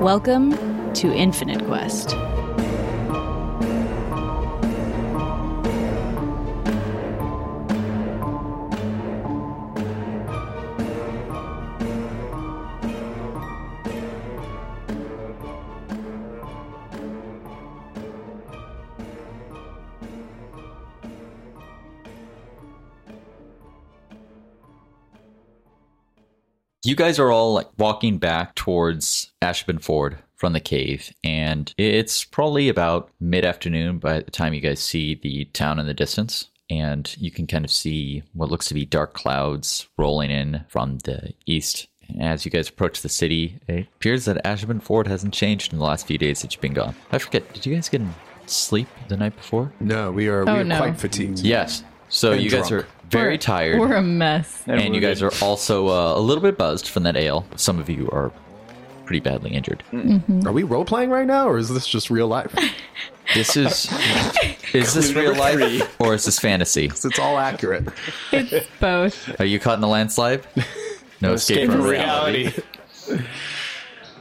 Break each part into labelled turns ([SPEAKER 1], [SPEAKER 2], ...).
[SPEAKER 1] Welcome to Infinite Quest.
[SPEAKER 2] you guys are all like walking back towards Ashburn Ford from the cave, and it's probably about mid afternoon by the time you guys see the town in the distance. And you can kind of see what looks to be dark clouds rolling in from the east. And As you guys approach the city, it appears that Ashburn Ford hasn't changed in the last few days that you've been gone. I forget, did you guys get sleep the night before?
[SPEAKER 3] No, we are, we
[SPEAKER 4] Oh,
[SPEAKER 3] are
[SPEAKER 4] no.
[SPEAKER 3] quite fatigued.
[SPEAKER 2] Yes. So
[SPEAKER 3] And
[SPEAKER 2] you guys
[SPEAKER 3] drunk.
[SPEAKER 2] are very
[SPEAKER 4] We're-
[SPEAKER 2] tired.
[SPEAKER 4] We're a mess.
[SPEAKER 2] and you guys are also uh, a little bit buzzed from that ale. Some of you are pretty badly injured.
[SPEAKER 3] Are we role playing right now, or is this just real life?
[SPEAKER 2] This is is this real life or is this fantasy?
[SPEAKER 3] 'Cause it's all accurate.
[SPEAKER 4] It's both.
[SPEAKER 2] Are you caught in the landslide? No escape from reality.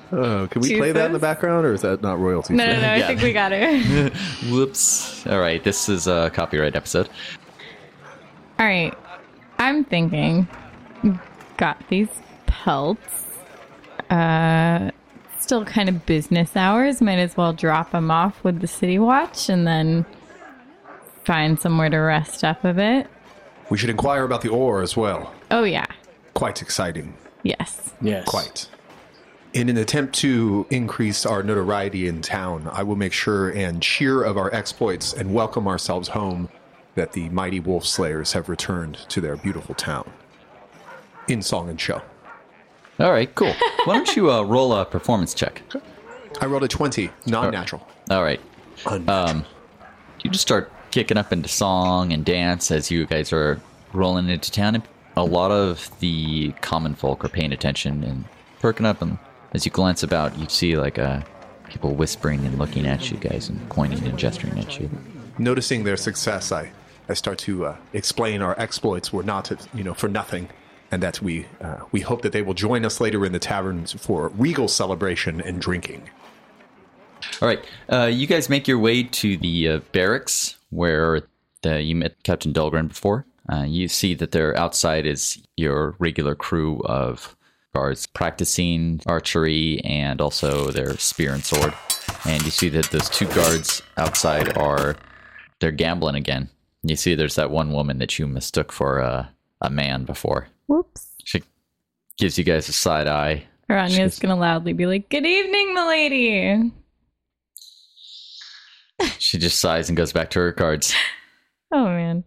[SPEAKER 3] Oh, can we play that in the
[SPEAKER 4] Two-Face?
[SPEAKER 3] background, or is that not royalty?
[SPEAKER 4] No, no, no. I
[SPEAKER 2] Yeah.
[SPEAKER 4] think we got it.
[SPEAKER 2] Whoops. All right, this is a copyright episode.
[SPEAKER 4] All right. I'm thinking, got these pelts. Uh, still kind of business hours. Might as well drop them off with the city watch and then find somewhere to rest up a bit.
[SPEAKER 3] We should inquire about the ore as well.
[SPEAKER 4] Oh yeah.
[SPEAKER 3] Quite exciting.
[SPEAKER 4] Yes.
[SPEAKER 5] Yes.
[SPEAKER 3] Quite. In an attempt to increase our notoriety in town, I will make sure and cheer of our exploits and welcome ourselves home that the mighty wolf slayers have returned to their beautiful town. In song and show.
[SPEAKER 2] All right, cool. Why don't you uh, roll a performance check?
[SPEAKER 3] I rolled a 20, non natural.
[SPEAKER 2] All right. Um, you just start kicking up into song and dance as you guys are rolling into town. And a lot of the common folk are paying attention and perking up. And as you glance about, you see like uh, people whispering and looking at you guys and pointing and gesturing at you.
[SPEAKER 3] Noticing their success, I, I start to uh, explain our exploits were not you know, for nothing, and that we, uh, we hope that they will join us later in the taverns for regal celebration and drinking.
[SPEAKER 2] All right, uh, you guys make your way to the uh, barracks where the, you met Captain Dahlgren before. Uh, you see that there outside is your regular crew of guards practicing archery and also their spear and sword. And you see that those two guards outside are they're gambling again. And you see there's that one woman that you mistook for a, a man before.
[SPEAKER 4] Whoops.
[SPEAKER 2] She gives you guys a side eye.
[SPEAKER 4] Aranya's gonna loudly be like, "Good evening, milady."
[SPEAKER 2] She just sighs and goes back to her cards.
[SPEAKER 4] Oh man.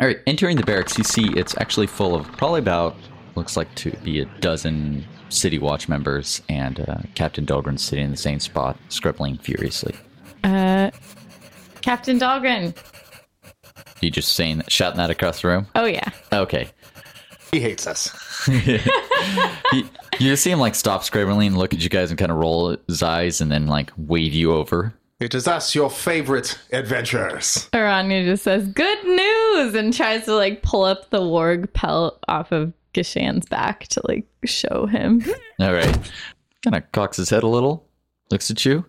[SPEAKER 2] All right, entering the barracks, you see it's actually full of probably about looks like to be a dozen city watch members, and uh, Captain Dahlgren sitting in the same spot, scribbling furiously.
[SPEAKER 4] Uh, Captain Dahlgren.
[SPEAKER 2] You just saying, shouting that across the room.
[SPEAKER 4] Oh yeah.
[SPEAKER 2] Okay,
[SPEAKER 3] He hates us.
[SPEAKER 2] you, you just see him like stop scribbling, and look at you guys, and kind of roll his eyes, and then like wave you over.
[SPEAKER 3] It is us, your favorite adventurers.
[SPEAKER 4] Aranya just says, "Good news," and tries to like pull up the warg pelt off of Gishan's back to like show him.
[SPEAKER 2] All right, kind of cocks his head a little, looks at you.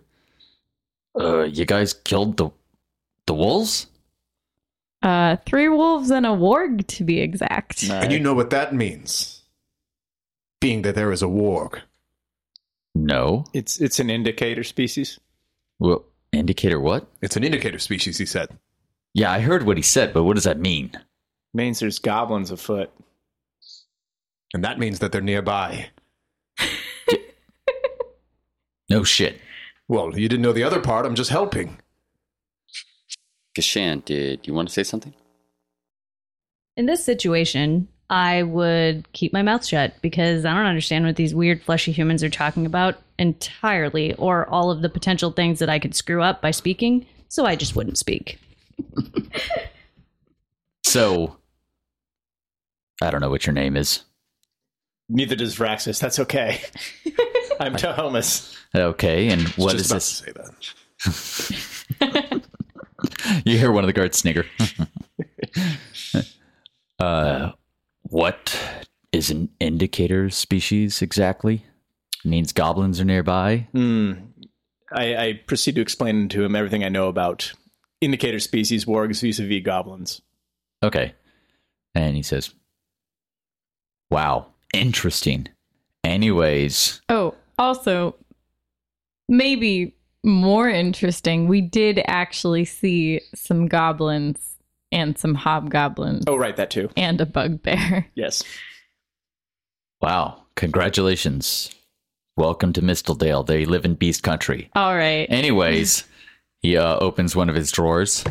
[SPEAKER 2] Uh, you guys killed the the wolves.
[SPEAKER 4] Uh, three wolves and a warg to be exact.
[SPEAKER 5] Nice.
[SPEAKER 3] And you know what that means. Being that there is a warg.
[SPEAKER 2] No.
[SPEAKER 5] It's it's an indicator species.
[SPEAKER 2] Well, indicator what?
[SPEAKER 3] It's an indicator species, he said.
[SPEAKER 2] Yeah, I heard what he said, but what does that mean?
[SPEAKER 5] Means there's goblins afoot.
[SPEAKER 3] And that means that they're nearby.
[SPEAKER 2] No shit.
[SPEAKER 3] Well, you didn't know the other part, I'm just helping.
[SPEAKER 6] Gashan, did you want to say something?
[SPEAKER 7] In this situation, I would keep my mouth shut because I don't understand what these weird fleshy humans are talking about entirely or all of the potential things that I could screw up by speaking, so I just wouldn't speak.
[SPEAKER 2] So, I don't know what your name is.
[SPEAKER 5] Neither does Vraxus. That's okay. I'm Thomas.
[SPEAKER 2] Okay, and what
[SPEAKER 3] just
[SPEAKER 2] is
[SPEAKER 3] about
[SPEAKER 2] this?
[SPEAKER 3] to say that.
[SPEAKER 2] You hear one of the guards snigger. uh, what is an indicator species exactly? means goblins are nearby.
[SPEAKER 5] Hmm. I, I proceed to explain to him everything I know about indicator species, wargs vis a vis goblins.
[SPEAKER 2] Okay. And he says, Wow, interesting. Anyways,
[SPEAKER 4] Oh, also, maybe more interesting, we did actually see some goblins and some hobgoblins
[SPEAKER 5] Oh, right, that too.
[SPEAKER 4] and a bugbear.
[SPEAKER 5] Yes.
[SPEAKER 2] wow, congratulations. Welcome to Mistledale. They live in Beast Country.
[SPEAKER 4] All right.
[SPEAKER 2] Anyways, he uh, opens one of his drawers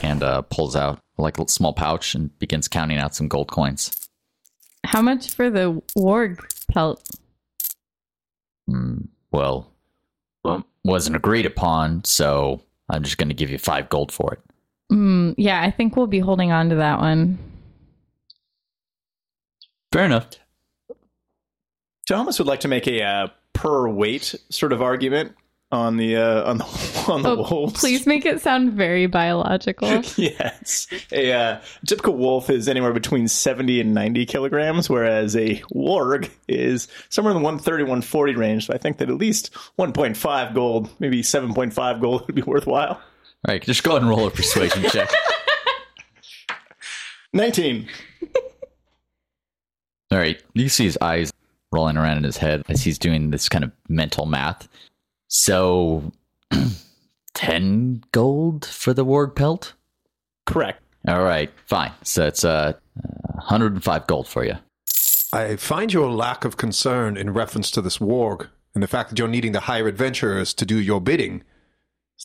[SPEAKER 2] and uh, pulls out like a small pouch and begins counting out some gold coins.
[SPEAKER 4] How much for the warg pelt?
[SPEAKER 2] Well, um, wasn't agreed upon, so I'm just going to give you five gold for it.
[SPEAKER 4] Mm, yeah, I think we'll be holding on to that one.
[SPEAKER 2] Fair enough.
[SPEAKER 5] Thomas would like to make a uh, per weight sort of argument on the uh, on the on the
[SPEAKER 4] Oh,
[SPEAKER 5] wolves.
[SPEAKER 4] Please make it sound very biological.
[SPEAKER 5] Yes. A uh, typical wolf is anywhere between 70 and 90 kilograms, whereas a warg is somewhere in the 130, 140 range. So I think that at least 1.5 gold, maybe 7.5 gold would be worthwhile.
[SPEAKER 2] All right, just go ahead and roll a persuasion check.
[SPEAKER 5] 19.
[SPEAKER 2] All right, you see his eyes rolling around in his head as he's doing this kind of mental math. So, 10 gold for the warg pelt?
[SPEAKER 5] Correct.
[SPEAKER 2] All right, fine. So it's uh, 105 gold for you.
[SPEAKER 3] I find your lack of concern in reference to this warg and the fact that you're needing to hire adventurers to do your bidding,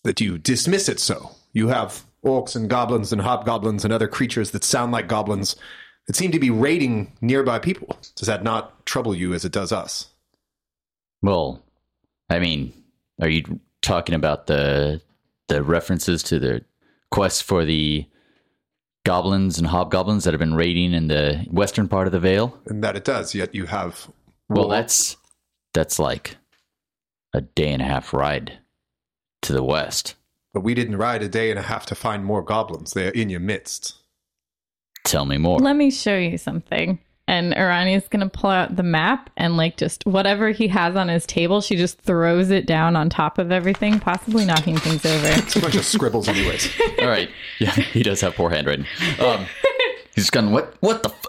[SPEAKER 3] that you dismiss it so. You have orcs and goblins and hobgoblins and other creatures that sound like goblins that seem to be raiding nearby people. Does that not trouble you as it does us?
[SPEAKER 2] Well, I mean, are you talking about the the references to the quest for the goblins and hobgoblins that have been raiding in the western part of the Vale?
[SPEAKER 3] And that it does, yet you have.
[SPEAKER 2] Well, that's that's like a day and a half ride to the west.
[SPEAKER 3] But we didn't ride a day and a half to find more goblins. They are in your midst.
[SPEAKER 2] Tell me more.
[SPEAKER 4] Let me show you something. And Irani is going to pull out the map and, like, just whatever he has on his table, she just throws it down on top of everything, possibly knocking things over.
[SPEAKER 3] It's a bunch of scribbles, anyways.
[SPEAKER 2] All right. Yeah, he does have poor handwriting. Um, he's gone. What? What the? F-?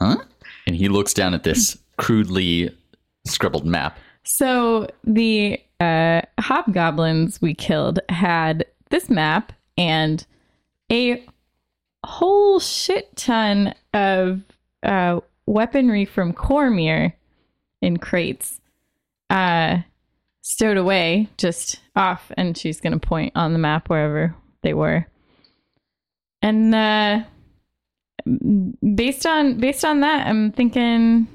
[SPEAKER 2] Huh? And he looks down at this crudely scribbled map.
[SPEAKER 4] So the uh, hobgoblins we killed had this map and a whole shit ton of uh, weaponry from Cormier in crates uh, stowed away just off, and she's going to point on the map wherever they were. And uh, based on based on that, I'm thinking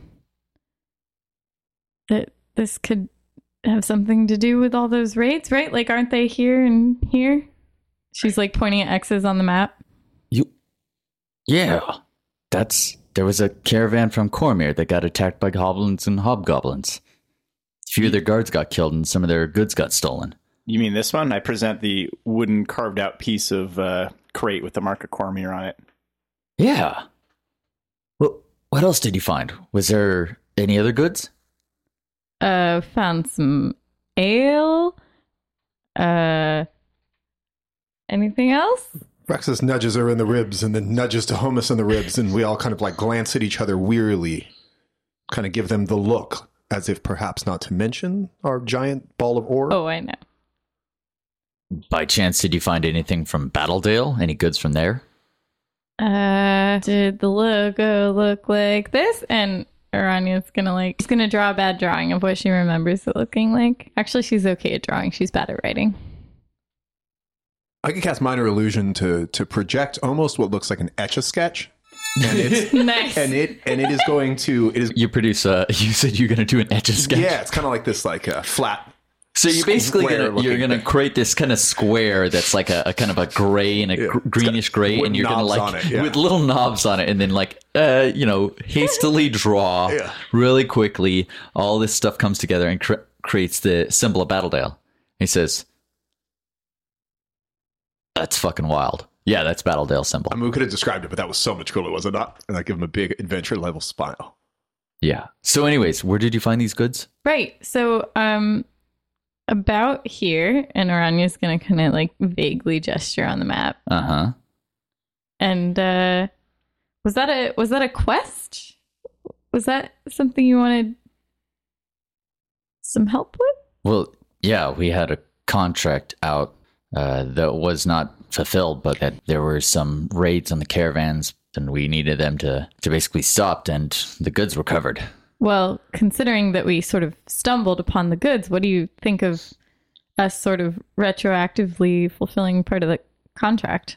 [SPEAKER 4] that this could have something to do with all those raids, right? Like, aren't they here and here? She's like pointing at X's on the map.
[SPEAKER 2] You, yeah, that's there was a caravan from Cormyr that got attacked by goblins and hobgoblins. A few of their guards got killed, and some of their goods got stolen.
[SPEAKER 5] You mean this one? I present the wooden carved out piece of uh, crate with the mark of Cormier on it.
[SPEAKER 2] Yeah. Well, what else did you find? Was there any other goods?
[SPEAKER 4] Uh, found some ale. Uh, anything else?
[SPEAKER 3] Rex's nudges her in the ribs and then nudges to Homus in the ribs, and we all kind of like glance at each other wearily, kind of give them the look as if perhaps not to mention our giant ball of ore.
[SPEAKER 4] Oh, I know.
[SPEAKER 2] By chance, did you find anything from Battledale? Any goods from there?
[SPEAKER 4] Uh, did the logo look like this? And Irania's gonna like, she's gonna draw a bad drawing of what she remembers it looking like. Actually, she's okay at drawing. She's bad at writing.
[SPEAKER 3] I can cast minor illusion to to project almost what looks like an etch a sketch, and it's
[SPEAKER 4] nice.
[SPEAKER 3] and it and it is going to it is
[SPEAKER 2] You produce. Uh, you said you're going to do an etch a sketch.
[SPEAKER 3] yeah, it's kind of like this like uh, flat.
[SPEAKER 2] So you're basically
[SPEAKER 3] Square
[SPEAKER 2] gonna you're
[SPEAKER 3] looking
[SPEAKER 2] gonna
[SPEAKER 3] thing.
[SPEAKER 2] create this kind of square that's like a, a kind of a gray and a gr- greenish gray,
[SPEAKER 3] with
[SPEAKER 2] and you're gonna
[SPEAKER 3] knobs
[SPEAKER 2] like
[SPEAKER 3] on it, yeah.
[SPEAKER 2] with little knobs on it, and then like uh you know hastily draw
[SPEAKER 3] Yeah.
[SPEAKER 2] really quickly. All this stuff comes together and cre- creates the symbol of Battledale. He says, "That's fucking wild." Yeah, that's Battledale symbol.
[SPEAKER 3] I mean, we could have described it, but that was so much cooler, was it not? And I give him a big adventure level smile.
[SPEAKER 2] Yeah. So, anyways, where did you find these goods?
[SPEAKER 4] Right. So, um, about here, and Aranya's gonna kind of like vaguely gesture on the map.
[SPEAKER 2] Uh huh.
[SPEAKER 4] And uh, was that a was that a quest? Was that something you wanted some help with?
[SPEAKER 2] Well, yeah, we had a contract out uh, that was not fulfilled, but that there were some raids on the caravans, and we needed them to to basically stopped, and the goods were covered.
[SPEAKER 4] Well, considering that we sort of stumbled upon the goods, what do you think of us sort of retroactively fulfilling part of the contract?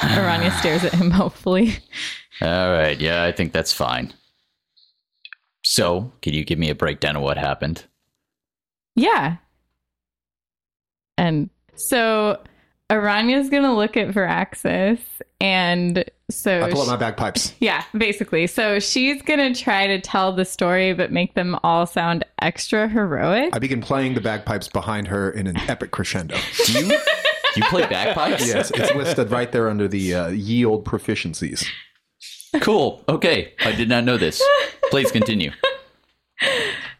[SPEAKER 4] Aranya stares at him hopefully.
[SPEAKER 2] All right, yeah, I think that's fine. So, can you give me a breakdown of what happened?
[SPEAKER 4] Yeah. And so Aranya's gonna look at Veraxis and so
[SPEAKER 3] I pull out
[SPEAKER 4] she-
[SPEAKER 3] my bagpipes.
[SPEAKER 4] Yeah, basically. So she's going to try to tell the story, but make them all sound extra heroic.
[SPEAKER 3] I begin playing the bagpipes behind her in an epic crescendo.
[SPEAKER 2] Do you do you play bagpipes?
[SPEAKER 3] yes, it's listed right there under the uh, ye old proficiencies.
[SPEAKER 2] Cool. Okay, I did not know this. Please continue.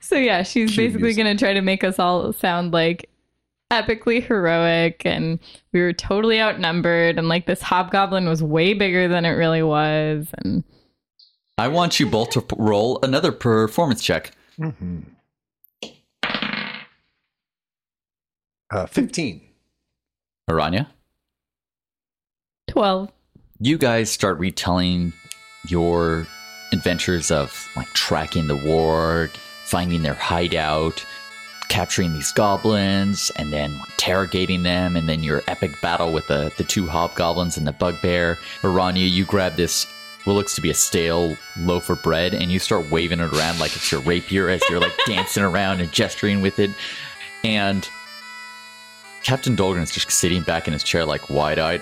[SPEAKER 4] So, yeah, she's
[SPEAKER 3] Cue
[SPEAKER 4] basically
[SPEAKER 3] music.
[SPEAKER 4] going to try to make us all sound like epically heroic and we were totally outnumbered and like this hobgoblin was way bigger than it really was. And
[SPEAKER 2] I want you both to p- roll another performance check.
[SPEAKER 3] Mm-hmm. Uh, 15.
[SPEAKER 2] Aranya,
[SPEAKER 4] 12.
[SPEAKER 2] you guys start retelling your adventures of like tracking the ward, finding their hideout, capturing these goblins, and then interrogating them, and then your epic battle with the, the two hobgoblins and the bugbear. Aranya, you grab this what looks to be a stale loaf of bread and you start waving it around like it's your rapier as you're like dancing around and gesturing with it. And Captain Dolgren is just sitting back in his chair, like wide eyed,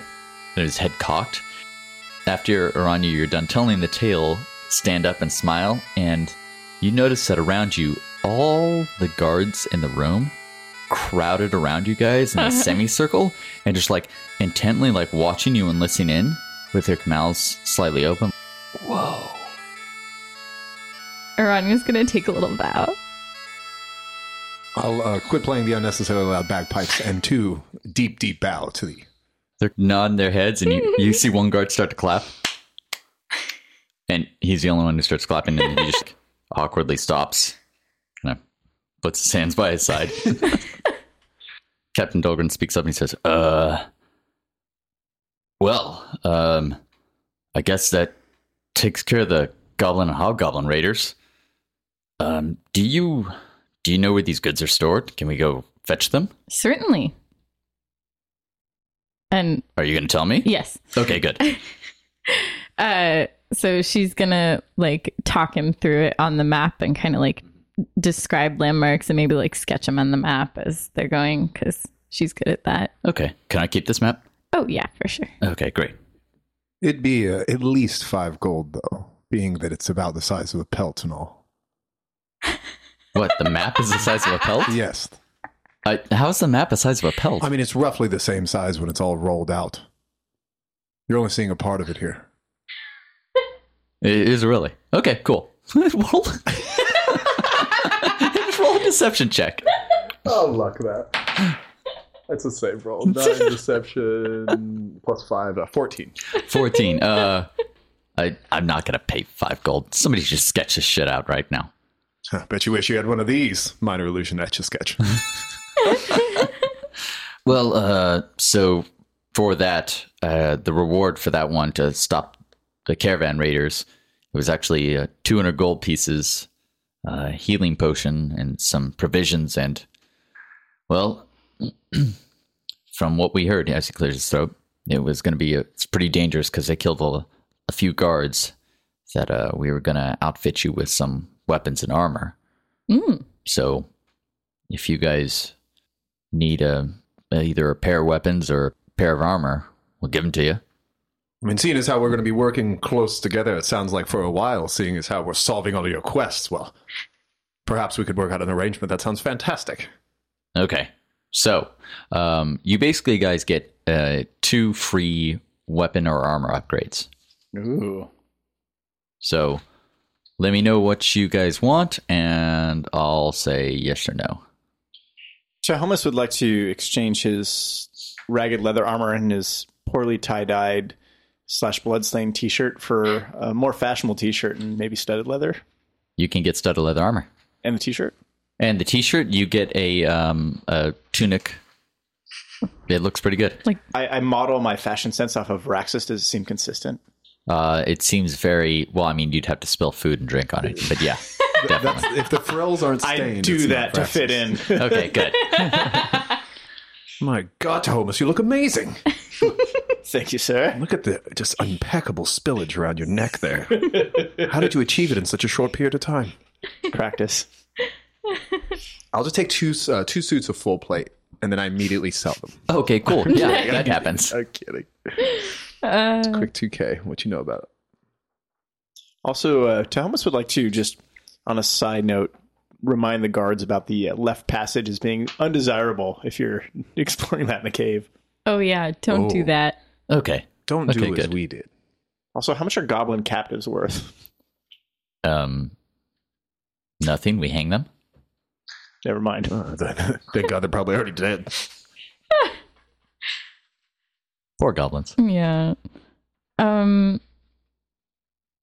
[SPEAKER 2] and his head cocked. After Aranya, you're done telling the tale, stand up and smile, and you notice that around you, all the guards in the room crowded around you guys in a semicircle and just like intently like watching you and listening in with their mouths slightly open.
[SPEAKER 4] Aranya's going to take a little bow.
[SPEAKER 3] I'll uh, quit playing the unnecessarily loud bagpipes and two deep, deep bow to the.
[SPEAKER 2] They're nodding their heads and you, you see one guard start to clap. And he's the only one who starts clapping and then he just awkwardly stops. Kind of puts his hands by his side. Captain Dolgren speaks up and he says, Uh Well, um I guess that takes care of the goblin and hobgoblin raiders. Um do you do you know where these goods are stored? Can we go fetch them?
[SPEAKER 4] Certainly. And
[SPEAKER 2] Are you gonna tell me?
[SPEAKER 4] yes.
[SPEAKER 2] Okay, good.
[SPEAKER 4] Uh, so she's gonna like talk him through it on the map and kind of like describe landmarks and maybe like sketch them on the map as they're going because she's good at that.
[SPEAKER 2] Okay. Can I keep this map?
[SPEAKER 4] Oh yeah, for sure.
[SPEAKER 2] Okay, great.
[SPEAKER 3] It'd be uh, at least five gold, though, being that it's about the size of a pelt and all.
[SPEAKER 2] What, the map is the size of a pelt?
[SPEAKER 3] Yes.
[SPEAKER 2] I, how's the map the size of a pelt?
[SPEAKER 3] I mean, it's roughly the same size when it's all rolled out. You're only seeing a part of it here.
[SPEAKER 2] it is really. Okay, cool. roll. roll a deception check.
[SPEAKER 3] Oh, luck that. That's a save roll. Nine deception plus five, uh, 14.
[SPEAKER 2] 14. Uh, I, I'm not going to pay five gold. Somebody should sketch this shit out right now.
[SPEAKER 3] Huh, bet you wish you had one of these minor illusion etch a sketch.
[SPEAKER 2] Well, uh, so for that, uh, the reward for that one to stop the caravan raiders, it was actually uh, 200 gold pieces, uh, healing potion, and some provisions. And, well, from what we heard, as he clears his throat, it was going to be, uh, it's pretty dangerous because they killed a, a few guards that uh, we were going to outfit you with some weapons and armor.
[SPEAKER 4] Mm.
[SPEAKER 2] So if you guys need a either a pair of weapons or a pair of armor, we'll give them to you.
[SPEAKER 3] I mean, seeing as how we're going to be working close together, it sounds like for a while, seeing as how we're solving all of your quests, well, perhaps we could work out an arrangement. That sounds fantastic.
[SPEAKER 2] Okay. So, um, you basically guys get uh, two free weapon or armor upgrades.
[SPEAKER 5] Ooh.
[SPEAKER 2] So, Let me know what you guys want, and I'll say yes or no.
[SPEAKER 5] Shahomas would like to exchange his ragged leather armor and his poorly tie-dyed slash bloodstained t-shirt for a more fashionable t-shirt and maybe studded leather
[SPEAKER 2] You can get studded leather armor.
[SPEAKER 5] and a t-shirt.
[SPEAKER 2] And the T-shirt, you get a um, a tunic. It looks pretty good.
[SPEAKER 5] I, I model my fashion sense off of Raxus. Does it seem consistent?
[SPEAKER 2] Uh, it seems very well. I mean, you'd have to spill food and drink on it, but yeah,
[SPEAKER 3] That's,
[SPEAKER 2] definitely.
[SPEAKER 3] if the frills aren't stained,
[SPEAKER 5] I
[SPEAKER 3] it's
[SPEAKER 5] do
[SPEAKER 3] not
[SPEAKER 5] that to
[SPEAKER 3] Praxis.
[SPEAKER 5] fit in.
[SPEAKER 2] Okay, good.
[SPEAKER 3] My God, Thomas, you look amazing.
[SPEAKER 5] Thank you, sir.
[SPEAKER 3] Look at the just impeccable spillage around your neck there. How did you achieve it in such a short period of time?
[SPEAKER 5] Practice.
[SPEAKER 3] I'll just take two uh, two suits of full plate, and then I immediately sell them.
[SPEAKER 2] Okay, cool. Yeah, that happens.
[SPEAKER 3] I'm kidding.
[SPEAKER 5] Uh.
[SPEAKER 3] Quick 2K. What you know about it?
[SPEAKER 5] Also, uh, Thomas would like to just, on a side note, remind the guards about the uh, left passage as being undesirable if you're exploring that in the cave.
[SPEAKER 4] Oh yeah, don't do
[SPEAKER 3] Oh.
[SPEAKER 4] that.
[SPEAKER 2] Okay.
[SPEAKER 3] Don't do
[SPEAKER 2] Okay,
[SPEAKER 3] as
[SPEAKER 2] good.
[SPEAKER 3] we did.
[SPEAKER 5] Also, how much are goblin captives worth?
[SPEAKER 2] Um, nothing. We hang them.
[SPEAKER 5] Never mind.
[SPEAKER 3] Uh, then- Thank God they're probably already dead.
[SPEAKER 2] Poor goblins.
[SPEAKER 4] Yeah. Um.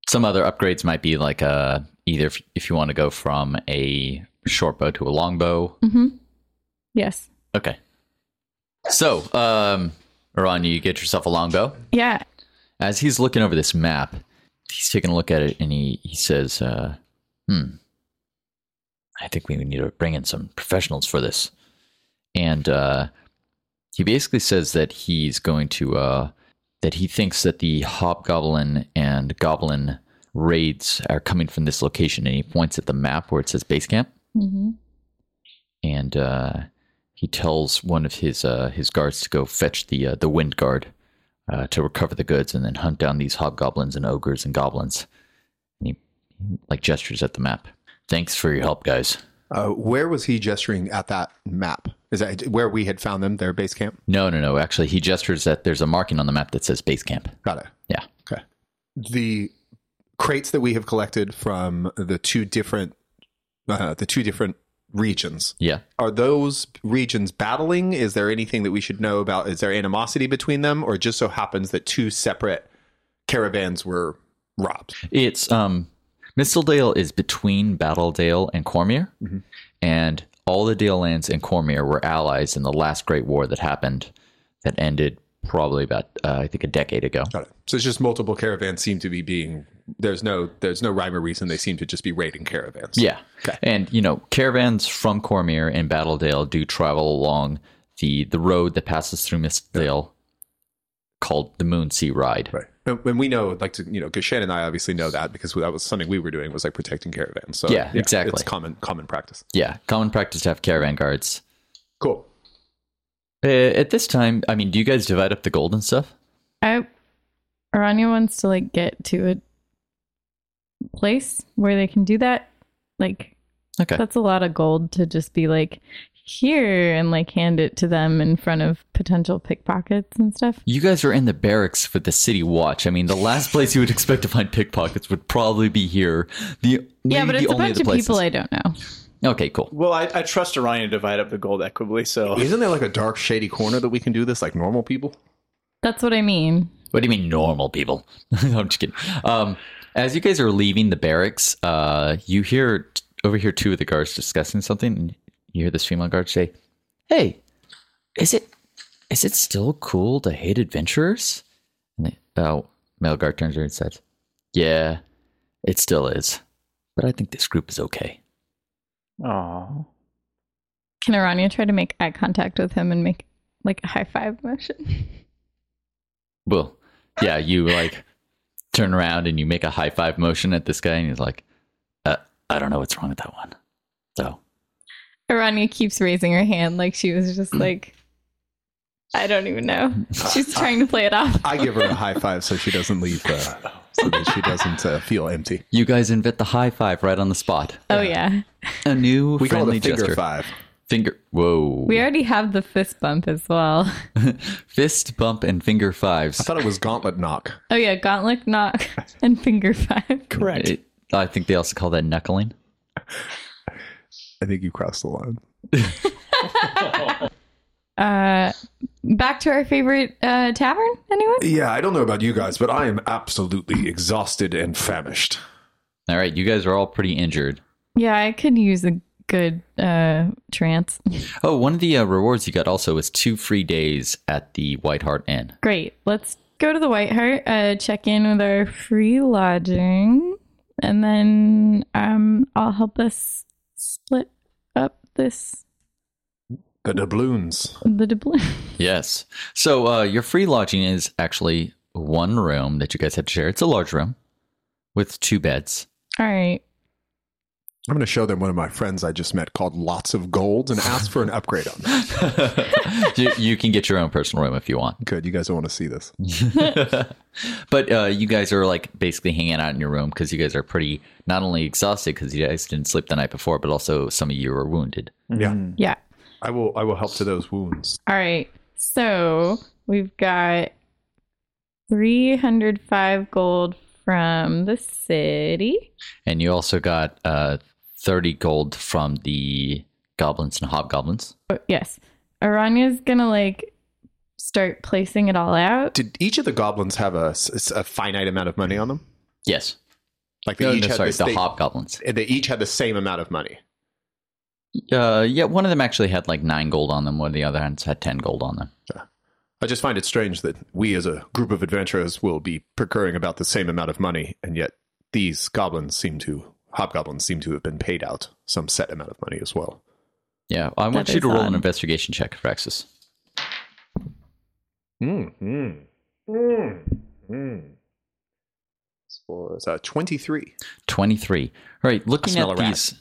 [SPEAKER 2] Some other upgrades might be like uh either if, if you want to go from a short bow to a long bow.
[SPEAKER 4] mm-hmm. Yes.
[SPEAKER 2] Okay. So, um, Iran, you get yourself a longbow.
[SPEAKER 4] Yeah.
[SPEAKER 2] As he's looking over this map, he's taking a look at it and he, he says, uh, hmm, I think we need to bring in some professionals for this. And uh, he basically says that he's going to, uh, that he thinks that the hobgoblin and goblin raids are coming from this location. And he points at the map where it says base camp
[SPEAKER 4] Mm-hmm.
[SPEAKER 2] and uh, he tells one of his uh, his guards to go fetch the uh, the wind guard uh, to recover the goods and then hunt down these hobgoblins and ogres and goblins. And he like gestures at the map. Thanks for your help, guys.
[SPEAKER 3] Uh, where was he gesturing at that map? Is that where we had found them? Their base camp.
[SPEAKER 2] No, no, no. Actually, he gestures that there's a marking on the map that says base camp.
[SPEAKER 3] Got it.
[SPEAKER 2] Yeah.
[SPEAKER 3] Okay. The crates that we have collected from the two different uh, the two different regions
[SPEAKER 2] Yeah.
[SPEAKER 3] are those regions battling? Is there anything that we should know about? Is there animosity between them, or it just so happens that two separate caravans were robbed?
[SPEAKER 2] It's um Mistledale is between Battledale and Cormier. And all the Dale lands and Cormier were allies in the last great war that happened that ended probably about uh, I think a decade ago.
[SPEAKER 3] Got it. So it's just multiple caravans seem to be being. There's no there's no rhyme or reason. They seem to just be raiding caravans.
[SPEAKER 2] Yeah. And you know, caravans from Cormier and Battledale do travel along the the road that passes through Mistdale called the Moon Sea Ride.
[SPEAKER 3] Right. And, and we know, like, to, you know, because Shannon and I obviously know that because that was something we were doing was like protecting caravans. So
[SPEAKER 2] Yeah, exactly.
[SPEAKER 3] It's common common practice.
[SPEAKER 2] Yeah. Common practice to have caravan guards.
[SPEAKER 3] Cool.
[SPEAKER 2] Uh, at this time, I mean, do you guys divide up the gold and stuff?
[SPEAKER 4] I. Aranya wants to like get to a place where they can do that. Like
[SPEAKER 2] Okay.
[SPEAKER 4] that's a lot of gold to just be like here and like hand it to them in front of potential pickpockets and stuff.
[SPEAKER 2] You guys are in the barracks for the city watch. I mean, the last place you would expect to find pickpockets would probably be here. The
[SPEAKER 4] Yeah,
[SPEAKER 2] maybe
[SPEAKER 4] but
[SPEAKER 2] the
[SPEAKER 4] it's a
[SPEAKER 2] only
[SPEAKER 4] bunch
[SPEAKER 2] other
[SPEAKER 4] of people I
[SPEAKER 2] places-
[SPEAKER 4] don't know.
[SPEAKER 2] okay, cool.
[SPEAKER 5] Well, I, I trust Orion to divide up the gold equitably, so
[SPEAKER 3] Isn't there like a dark, shady corner that we can do this like normal people?
[SPEAKER 4] That's what I mean.
[SPEAKER 2] What do you mean, normal people? I'm just kidding. Um, as you guys are leaving the barracks, uh, you hear over here two of the guards discussing something, and you hear this female guard say, "Hey, is it is it still cool to hate adventurers?" And the uh, male guard turns around and says, "Yeah, it still is, but I think this group is okay."
[SPEAKER 5] Aw.
[SPEAKER 4] Can Aranya try to make eye contact with him and make like a high five motion?
[SPEAKER 2] Well, yeah, you like turn around and you make a high five motion at this guy, and he's like, uh, "I don't know what's wrong with that one." So
[SPEAKER 4] Aranya keeps raising her hand like she was just like, I don't even know. She's trying to play it off.
[SPEAKER 3] I give her a high five so she doesn't leave, uh, so that she doesn't uh, feel empty.
[SPEAKER 2] you guys invent the high five right on the spot.
[SPEAKER 4] Oh yeah,
[SPEAKER 2] A new
[SPEAKER 3] We call it a
[SPEAKER 2] friendly
[SPEAKER 3] finger
[SPEAKER 2] gesture.
[SPEAKER 3] five.
[SPEAKER 2] Finger. Whoa.
[SPEAKER 4] we already have the fist bump as well.
[SPEAKER 2] Fist bump and finger
[SPEAKER 3] I
[SPEAKER 2] fives.
[SPEAKER 3] thought it was gauntlet knock.
[SPEAKER 4] Oh yeah, gauntlet knock and finger five.
[SPEAKER 5] correct.
[SPEAKER 2] It- I think they also call that knuckling.
[SPEAKER 3] I think you crossed the line.
[SPEAKER 4] Uh, back to our favorite uh, tavern, anyone?
[SPEAKER 3] Yeah, I don't know about you guys, but I am absolutely exhausted and famished.
[SPEAKER 2] All right, you guys are all pretty injured.
[SPEAKER 4] Yeah, I could use a good uh, trance.
[SPEAKER 2] Oh, one of the uh, rewards you got also was two free days at the White Hart Inn.
[SPEAKER 4] Great. Let's go to the White Hart, uh, check in with our free lodging, and then um, I'll help us split up this
[SPEAKER 3] The doubloons.
[SPEAKER 4] the doubloon.
[SPEAKER 2] Yes. So uh, your free lodging is actually one room that you guys have to share. It's a large room with two beds.
[SPEAKER 4] All right.
[SPEAKER 3] I'm going to show them one of my friends I just met called Lots of Golds and ask for an upgrade on that.
[SPEAKER 2] you, you can get your own personal room if you want.
[SPEAKER 3] Good. You guys don't want to see this.
[SPEAKER 2] But uh, you guys are like basically hanging out in your room because you guys are pretty not only exhausted because you guys didn't sleep the night before, but also some of you are wounded.
[SPEAKER 3] Yeah.
[SPEAKER 4] Yeah.
[SPEAKER 3] I will I will help to those wounds.
[SPEAKER 4] All right. So we've got 305 gold from the city.
[SPEAKER 2] And you also got uh, 30 gold from the goblins and hobgoblins.
[SPEAKER 4] Oh, yes. Aranya's going to like start placing it all out.
[SPEAKER 3] Did each of the goblins have a, s- a finite amount of money on them?
[SPEAKER 2] Yes.
[SPEAKER 3] Like they
[SPEAKER 2] No,
[SPEAKER 3] each
[SPEAKER 2] no,
[SPEAKER 3] had
[SPEAKER 2] sorry,
[SPEAKER 3] this-
[SPEAKER 2] the
[SPEAKER 3] they-
[SPEAKER 2] hobgoblins.
[SPEAKER 3] They each had the same amount of money.
[SPEAKER 2] Uh, yeah, one of them actually had like nine gold on them, one of the other ones had 10 gold on them.
[SPEAKER 3] I just find it strange that we as a group of adventurers will be procuring about the same amount of money, and yet these goblins seem to, hobgoblins seem to have been paid out some set amount of money as well.
[SPEAKER 2] Yeah, I want
[SPEAKER 4] That
[SPEAKER 2] you to
[SPEAKER 4] is
[SPEAKER 2] roll an
[SPEAKER 4] odd.
[SPEAKER 2] investigation check, Fraxis.
[SPEAKER 3] Mm-hmm. Was uh, 23.
[SPEAKER 2] 23. All right, looking
[SPEAKER 3] smell
[SPEAKER 2] at
[SPEAKER 3] a rat.
[SPEAKER 2] these.